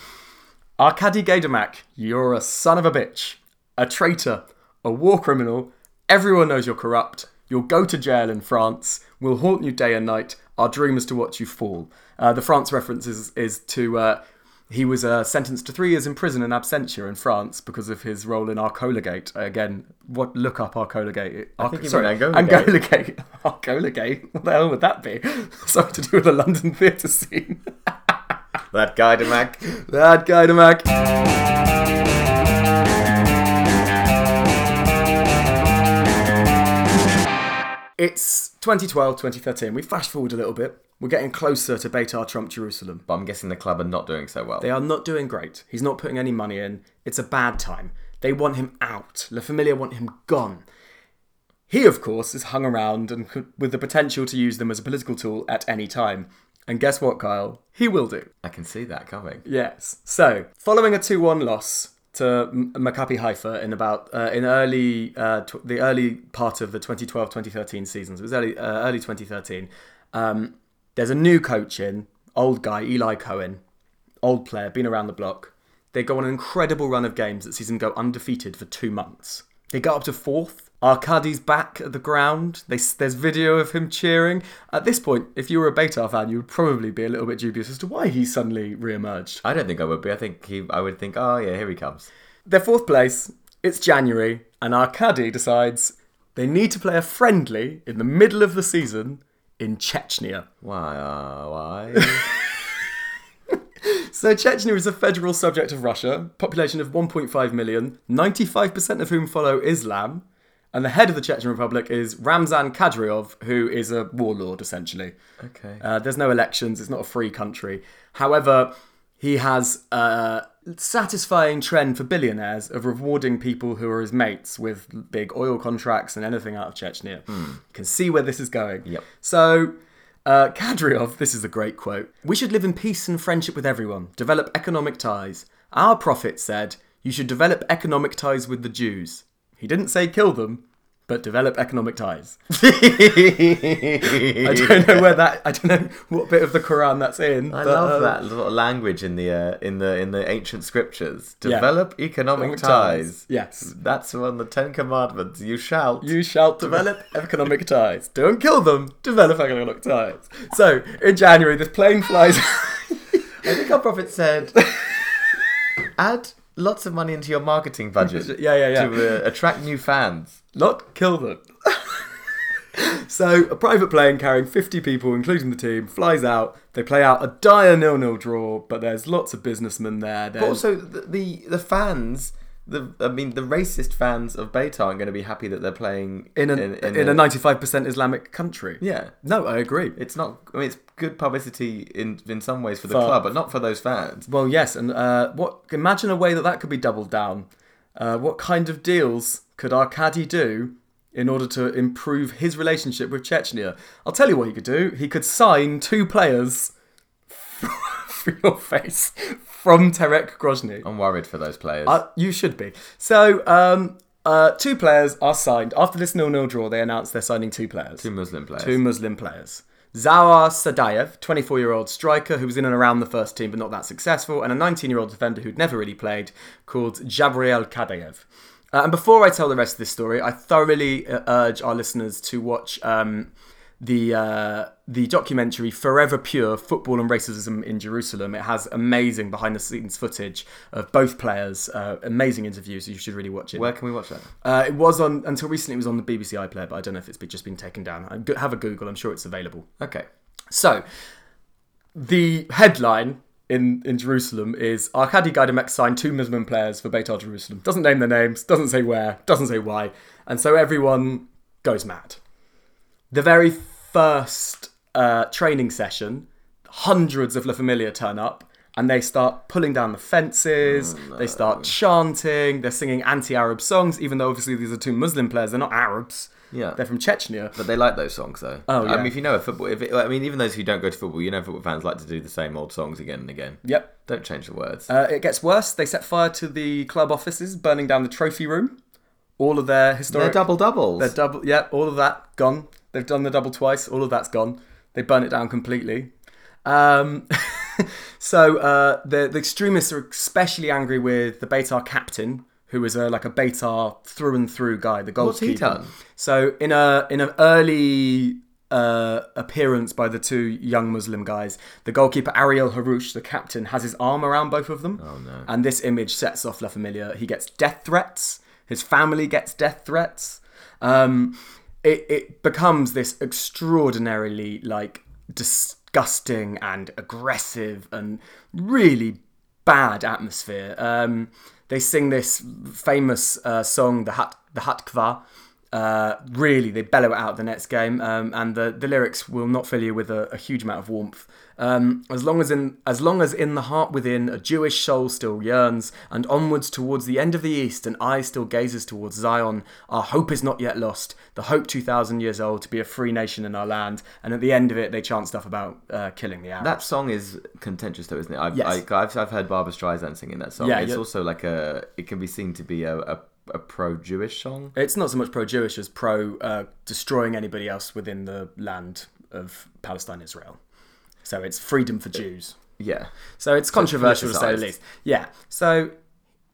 Speaker 1: Arkady Gaidamak, you're a son of a bitch, a traitor, a war criminal. Everyone knows you're corrupt. You'll go to jail in France. We'll haunt you day and night. Our dream is to watch you fall. Uh, the France reference is, is to uh, he was uh, sentenced to three years in prison in absentia in France because of his role in Arcolagate. Again, what look up Arcolagate? Arc-
Speaker 2: think you
Speaker 1: sorry,
Speaker 2: meant Angola Gate.
Speaker 1: Angolagate. *laughs* Arcolagate. What the hell would that be? *laughs* Something to do with the London theatre scene.
Speaker 2: that guy, DeMac.
Speaker 1: that guy to Mac. It's 2012, 2013. We flash forward a little bit. We're getting closer to Beitar Trump Jerusalem.
Speaker 2: but I'm guessing the club are not doing so well.
Speaker 1: They are not doing great. He's not putting any money in. It's a bad time. They want him out. La Familia want him gone. He, of course, is hung around and could, with the potential to use them as a political tool at any time. And guess what, Kyle? He will do.
Speaker 2: I can see that coming.
Speaker 1: Yes. So, following a 2-1 loss to M- Maccabi Haifa in about uh, in early uh, tw- the early part of the 2012-2013 seasons. It was early uh, early 2013. Um, there's a new coach in, old guy Eli Cohen, old player, been around the block. They go on an incredible run of games that sees them go undefeated for two months. They go up to fourth. Arcady's back at the ground. They, there's video of him cheering. At this point, if you were a Beitar fan, you would probably be a little bit dubious as to why he suddenly re-emerged.
Speaker 2: I don't think I would be. I think he, I would think, oh yeah, here he comes.
Speaker 1: They're fourth place. It's January, and Arkady decides they need to play a friendly in the middle of the season in Chechnya.
Speaker 2: Why? Uh,
Speaker 1: *laughs*
Speaker 2: why?
Speaker 1: So Chechnya is a federal subject of Russia, population of 1.5 million, 95% of whom follow Islam, and the head of the Chechen Republic is Ramzan Kadyrov, who is a warlord essentially.
Speaker 2: okay. *laughs*
Speaker 1: Uh, there's no elections. It's not a free country. However, he has a satisfying trend for billionaires of rewarding people who are his mates with big oil contracts and anything out of Chechnya. You can see where this is going.
Speaker 2: Yep.
Speaker 1: So. Uh, Kadyrov, this is a great quote. We should live in peace and friendship with everyone, develop economic ties. Our prophet said, You should develop economic ties with the Jews. He didn't say kill them, but develop economic ties. I don't know where that. I don't know what bit of the Quran that's in.
Speaker 2: I
Speaker 1: but,
Speaker 2: love
Speaker 1: um,
Speaker 2: that sort of language in the uh, in the in the ancient scriptures. Develop economic ties.
Speaker 1: Yes.
Speaker 2: That's on the Ten Commandments. You shall.
Speaker 1: You shall develop economic ties. Don't kill them. Develop economic ties. So in January, this plane flies. *laughs*
Speaker 2: I think our prophet *laughs* said, add lots of money into your marketing *laughs* budget.
Speaker 1: Yeah, yeah, yeah.
Speaker 2: To uh, attract new fans.
Speaker 1: Not kill them. so a private plane carrying 50 people, including the team, flies out. They play out a dire nil-nil draw, but there's lots of businessmen there. There's-
Speaker 2: But also the the, the fans. The, I mean, the racist fans of Beitar are going to be happy that they're playing
Speaker 1: in a, in, a 95% Islamic country.
Speaker 2: yeah.
Speaker 1: No, I agree.
Speaker 2: It's not. I mean, it's good publicity in in some ways for the
Speaker 1: For-
Speaker 2: club, but not for those fans.
Speaker 1: Well, yes, and uh, what? Imagine a way that that could be doubled down. Uh, what kind of deals could Arkady do in order to improve his relationship with Chechnya? I'll tell you what he could do. He could sign two players *laughs* for your face from Terek Grozny.
Speaker 2: I'm worried for those players.
Speaker 1: Uh, you should be. So, um, uh, two players are signed after this nil-nil draw. They announced they're signing two players
Speaker 2: two Muslim players.
Speaker 1: two Muslim players. Zawar Sadayev, 24 year old striker who was in and around the first team but not that successful, and a 19 year old defender who'd never really played called Jabriel Kadayev. Uh, and before I tell the rest of this story, I thoroughly uh, urge our listeners to watch um, the uh, the documentary Forever Pure: Football and Racism in Jerusalem. It has amazing behind the scenes footage of both players, uh, amazing interviews. You should really watch it.
Speaker 2: Where can we watch that?
Speaker 1: Uh, it was on until recently. It was on the BBC iPlayer, but I don't know if it's be- just been taken down. I go- Have a Google. I'm sure it's available.
Speaker 2: Okay.
Speaker 1: So, the headline in, in Jerusalem is Arkady Gaidamek signed two Muslim players for Beitar Jerusalem. Doesn't name their names, doesn't say where, doesn't say why, and so everyone goes mad. The very first uh, training session, hundreds of La Familia turn up. And they start pulling down the fences,
Speaker 2: Oh,
Speaker 1: they start chanting, they're singing anti Arab songs, even though obviously these are two Muslim players, they're not Arabs.
Speaker 2: Yeah.
Speaker 1: They're from Chechnya.
Speaker 2: But they like those songs though.
Speaker 1: Oh, yeah.
Speaker 2: I mean, if you know a football, if it, I mean, even those who don't go to football, you know, football fans like to do the same old songs again and again.
Speaker 1: Yep.
Speaker 2: Don't change the words.
Speaker 1: Uh, it gets worse. They set fire to the club offices, burning down the trophy room. All of their
Speaker 2: They're
Speaker 1: historic.
Speaker 2: double doubles.
Speaker 1: Their double. Yeah, all of that gone. They've done the double twice. All of that's gone. They burn it down completely. Um, *laughs* so uh, the the extremists are especially angry with the Beitar captain, who is a like a Beitar through and through guy. The goalkeeper.
Speaker 2: What's he done?
Speaker 1: So in a in an early uh, appearance by the two young Muslim guys, the goalkeeper Ariel Harouche, the captain, has his arm around both of them. Oh
Speaker 2: no.
Speaker 1: And this image sets off La Familia. He gets death threats. His family gets death threats. Um, it it becomes this extraordinarily like disgusting and aggressive and really bad atmosphere. Um, they sing this famous uh, song, the Hat the Hatkva. Uh, really, they bellow it out the next game, um, and the, the lyrics will not fill you with a, a huge amount of warmth. Um, as long as in as long as in the heart within a Jewish soul still yearns, and onwards towards the end of the east, an eye still gazes towards Zion. Our hope is not yet lost. The hope two thousand years old to be a free nation in our land. And at the end of it, they chant stuff about uh, killing the Arabs.
Speaker 2: That song is contentious, though, isn't it? I've,
Speaker 1: Yes.
Speaker 2: I, I've, I've heard Barbara Streisand singing that song.
Speaker 1: Yeah,
Speaker 2: it's
Speaker 1: yeah.
Speaker 2: also like a. It can be seen to be a, a, a pro-Jewish song.
Speaker 1: It's not so much pro-Jewish as pro uh, destroying anybody else within the land of Palestine, Israel. So it's freedom for Jews.
Speaker 2: Yeah.
Speaker 1: So it's controversial to say the
Speaker 2: politicised.
Speaker 1: least. Yeah. So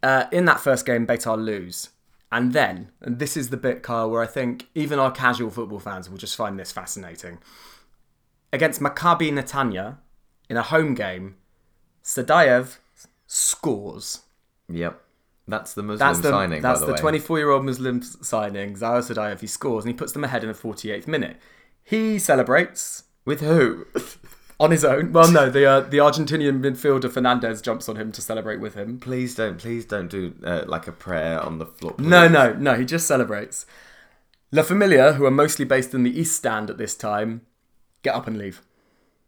Speaker 1: uh, in that first game, Beitar lose, and then and this is the bit, Kyle, where I think even our casual football fans will just find this fascinating. Against Maccabi Netanya in a home game, Sadayev scores.
Speaker 2: Yep. That's the Muslim
Speaker 1: That's the
Speaker 2: signing,
Speaker 1: that's
Speaker 2: by
Speaker 1: the
Speaker 2: the, way.
Speaker 1: 24-year-old Muslim s- signing Zaha Sadayev. He scores and he puts them ahead in the 48th minute. He celebrates
Speaker 2: With who?
Speaker 1: on his own. Well, no, the uh, the Argentinian midfielder Fernandez jumps on him to celebrate with him.
Speaker 2: please don't, please don't do uh, like a prayer on the floor.
Speaker 1: No, no, no. He just celebrates. La Familia, who are mostly based in the East Stand at this time, get up and leave.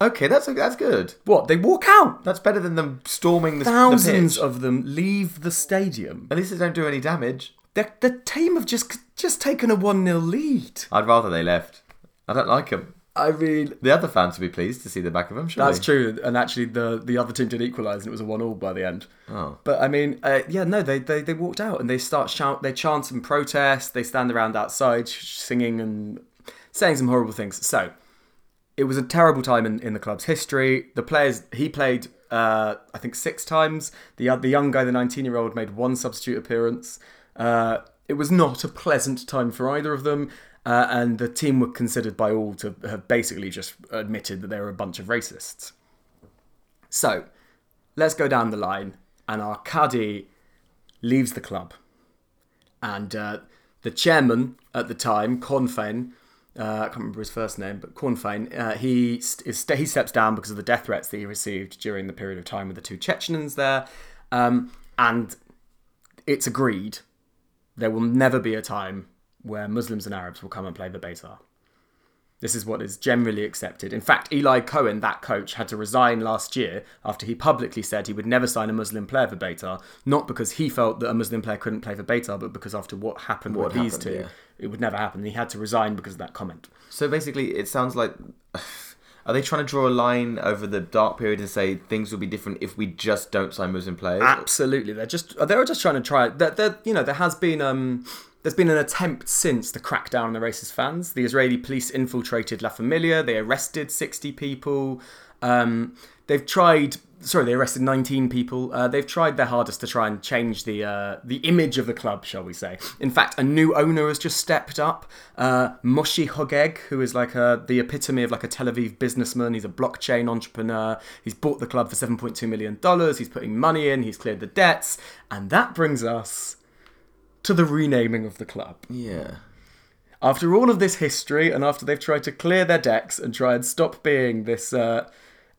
Speaker 2: Okay, that's that's good.
Speaker 1: What? They walk out.
Speaker 2: That's better than them storming the
Speaker 1: Thousands
Speaker 2: the pitch.
Speaker 1: of them leave the stadium.
Speaker 2: At least they don't do any damage.
Speaker 1: The, the team have just just taken a one 0 lead.
Speaker 2: I'd rather they left. I don't like them.
Speaker 1: I mean,
Speaker 2: The other fans would be pleased to see the back of them.
Speaker 1: That's true, and actually, the the other team did equalise, and it was a one all by the end.
Speaker 2: Oh.
Speaker 1: But I mean, uh, yeah, no, they, they they walked out and they start shout, they chant and protest, they stand around outside sh- singing and saying some horrible things. So it was a terrible time in, in the club's history. The players he played, uh, I think six times. The oth- the young guy, the nineteen year old, made one substitute appearance. Uh, it was not a pleasant time for either of them, uh, and the team were considered by all to have basically just admitted that they were a bunch of racists. So let's go down the line, and our caddy leaves the club. And uh, the chairman at the time, Cornfane, uh, I can't remember his first name, but Cornfane, uh, he, st- is st- he steps down because of the death threats that he received during the period of time with the two Chechens there. Um, and it's agreed there will never be a time where Muslims and Arabs will come and play the Beitar. This is what is generally accepted. In fact, Eli Cohen, that coach, had to resign last year after he publicly said he would never sign a Muslim player for Beitar, not because he felt that a Muslim player couldn't play for Beitar, but because after what happened with
Speaker 2: What
Speaker 1: these two,
Speaker 2: happened, yeah.
Speaker 1: it would never happen. He had to resign because of that comment.
Speaker 2: So basically, it sounds like *sighs* are they trying to draw a line over the dark period and say things will be different if we just don't sign Muslim players?
Speaker 1: Absolutely, they're just they were just trying to try it. There, there, you know, there has been um, there's been an attempt since the crackdown on the racist fans. The Israeli police infiltrated La Familia. They arrested 60 people. Um, they've tried. Sorry, they arrested 19 people. Uh, they've tried their hardest to try and change the uh, the image of the club, shall we say? In fact, a new owner has just stepped up. Uh, Moshe Hogeg, who is like a, the epitome of like a Tel Aviv businessman. He's a blockchain entrepreneur. He's bought the club for 7.2 million dollars. He's putting money in. He's cleared the debts, and that brings us to the renaming of the club.
Speaker 2: Yeah.
Speaker 1: After all of this history, and after they've tried to clear their decks and try and stop being this, uh,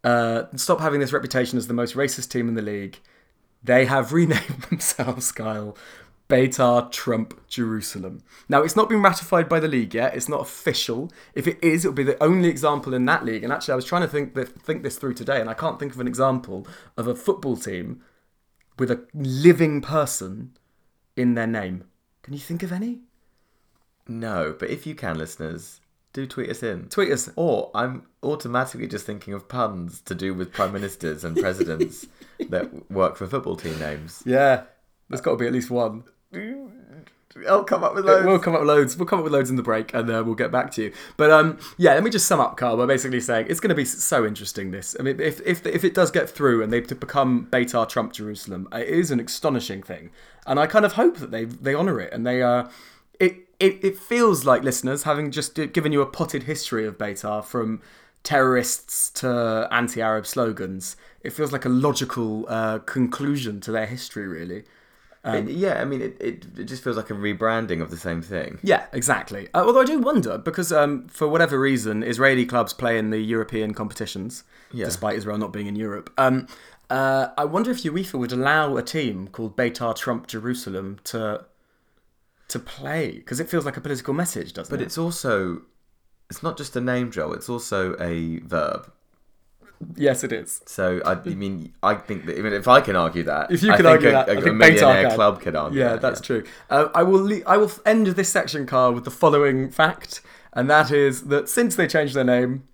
Speaker 1: uh, stop having this reputation as the most racist team in the league, they have *laughs* renamed themselves, Kyle, Beitar Trump Jerusalem. Now, it's not been ratified by the league yet. It's not official. If it is, it'll be the only example in that league. And actually, I was trying to think th- think this through today, and I can't think of an example of a football team with a living person in their name. Can you think of any?
Speaker 2: No, but if you can, listeners, do tweet us in.
Speaker 1: Tweet us
Speaker 2: Or I'm automatically just thinking of puns to do with prime ministers and *laughs* presidents that work for football team names.
Speaker 1: Yeah, there's got to be at least one.
Speaker 2: I'll Oh, come up with
Speaker 1: We'll
Speaker 2: those.
Speaker 1: come up with loads. We'll come up with loads in the break, and uh, we'll get back to you. But um, yeah, let me just sum up, Carl, by basically saying it's going to be so interesting. This, I mean, if if if it does get through and they to become Beitar Trump Jerusalem, uh, it is an astonishing thing, and I kind of hope that they they honour it and they uh, it. It, it feels like listeners having just given you a potted history of Beitar from terrorists to anti-Arab slogans. It feels like a logical uh, conclusion to their history, really.
Speaker 2: It- yeah, I mean, it, it, it just feels like a rebranding of the same thing.
Speaker 1: Yeah, exactly. Uh, although I do wonder because um, for whatever reason, Israeli clubs play in the European competitions, despite Israel not being in Europe. Um, uh, I wonder if UEFA would allow a team called Beitar Trump Jerusalem to to play because it feels like a political message, doesn't
Speaker 2: But
Speaker 1: it?
Speaker 2: it's also, it's not just a name, Joel, it's also a verb.
Speaker 1: yes, it is.
Speaker 2: So I, I mean, I think that even if I can argue that,
Speaker 1: If you
Speaker 2: I
Speaker 1: can
Speaker 2: think
Speaker 1: argue
Speaker 2: a,
Speaker 1: that,
Speaker 2: a,
Speaker 1: I
Speaker 2: a
Speaker 1: think Beitar
Speaker 2: millionaire
Speaker 1: can.
Speaker 2: club can argue.
Speaker 1: Yeah,
Speaker 2: that,
Speaker 1: that's true. Uh, I will le- I will end this section, Carl, with the following fact, and that is that since they changed their name,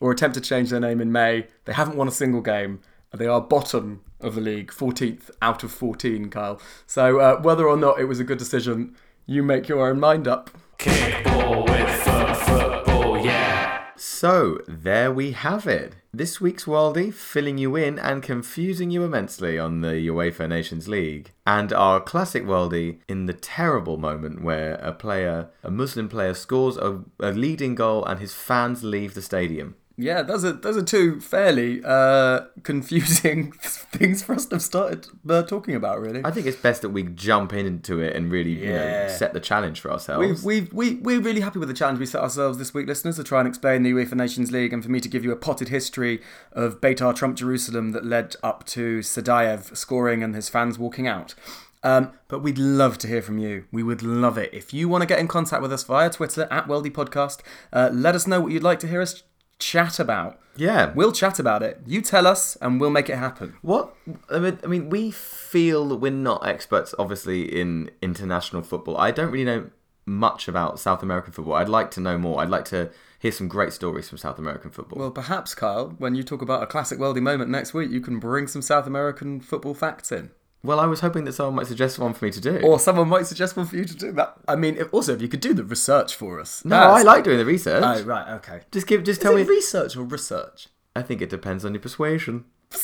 Speaker 1: or attempted to change their name in May, they haven't won a single game. They are bottom of the league, 14th out of 14, Kyle. So uh, whether or not it was a good decision, you make your own mind up.
Speaker 5: Kickball with foot football, yeah.
Speaker 2: So there we have it. This week's Worldie filling you in and confusing you immensely on the UEFA Nations League, and our classic Worldie in the terrible moment where a player, a Muslim player, scores a, a leading goal and his fans leave the stadium.
Speaker 1: Yeah, those are those are two fairly uh, *laughs* confusing *laughs* things for us to have started uh, talking about, really.
Speaker 2: I think it's best that we jump into it and really, you
Speaker 1: Yeah.
Speaker 2: know, set the challenge for ourselves.
Speaker 1: We've, we've, we, we're really happy with the challenge we set ourselves this week, listeners, to try and explain the UEFA Nations League and for me to give you a potted history of Beitar Trump Jerusalem that led up to Sadayev scoring and his fans walking out. Um, but we'd love to hear from you. We would love it. If you want to get in contact with us via Twitter at Weldy Podcast, uh, let us know what you'd like to hear us chat about.
Speaker 2: yeah,
Speaker 1: We'll chat about it. You tell us, and we'll make it happen.
Speaker 2: What I mean, I mean, we feel that we're not experts, obviously, in international football. I don't really know much about South American football. I'd like to know more. I'd like to hear some great stories from South American football.
Speaker 1: Well, perhaps, Kyle, when you talk about a classic Weldy moment next week, you can bring some South American football facts in.
Speaker 2: Well, I was hoping that someone might suggest one for me to do.
Speaker 1: Or someone might suggest one for you to do that. I mean, if, also if you could do the research for us.
Speaker 2: no, I like doing the research.
Speaker 1: Oh right, okay.
Speaker 2: just give, just
Speaker 1: Tell
Speaker 2: tell
Speaker 1: me
Speaker 2: me.
Speaker 1: research or research.
Speaker 2: I think it depends on your persuasion.
Speaker 1: *laughs*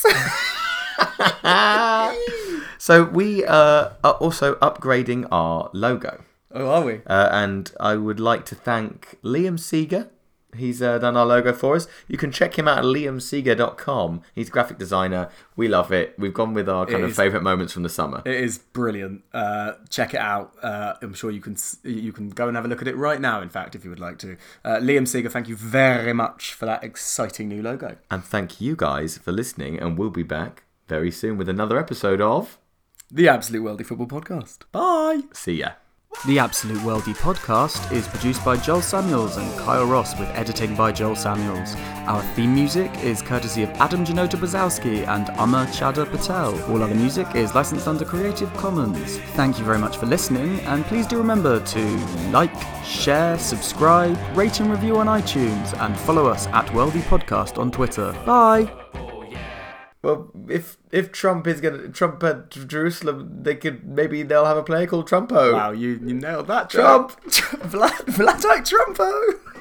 Speaker 2: *laughs* so we uh, are also upgrading our logo.
Speaker 1: Oh, are we?
Speaker 2: Uh, and I would like to thank Liam Seeger. He's uh, done our logo for us. You can check him out at liamseeger.com. He's a graphic designer. We love it. We've gone with our kind
Speaker 1: It
Speaker 2: of
Speaker 1: is-
Speaker 2: favourite moments from the summer.
Speaker 1: It is brilliant. Uh, check it out. Uh, I'm sure you can s- you can go and have a look at it right now. In fact, if you would like to. Uh, Liam Seeger, thank you very much for that exciting new logo.
Speaker 2: And thank you guys for listening. And we'll be back very soon with another episode of
Speaker 1: The Absolute Worldy Football Podcast. Bye.
Speaker 2: See Ya.
Speaker 1: The Absolute Worldy podcast is produced by Joel Samuels and Kyle Ross with editing by Joel Samuels. Our theme music is courtesy of Adam Janota Bazowski and Amar Chadha Patel. All other music is licensed under Creative Commons. Thank you very much for listening, and please do remember to like, share, subscribe, rate and review on iTunes, and follow us at Worldy Podcast on Twitter. Bye!
Speaker 2: Well, if if Trump is going to Trump at Jerusalem, they could maybe they'll have a player called Trumpo. *laughs*
Speaker 1: you, you nailed that,
Speaker 2: Trump.
Speaker 1: Vlad, Vlad Trumpo!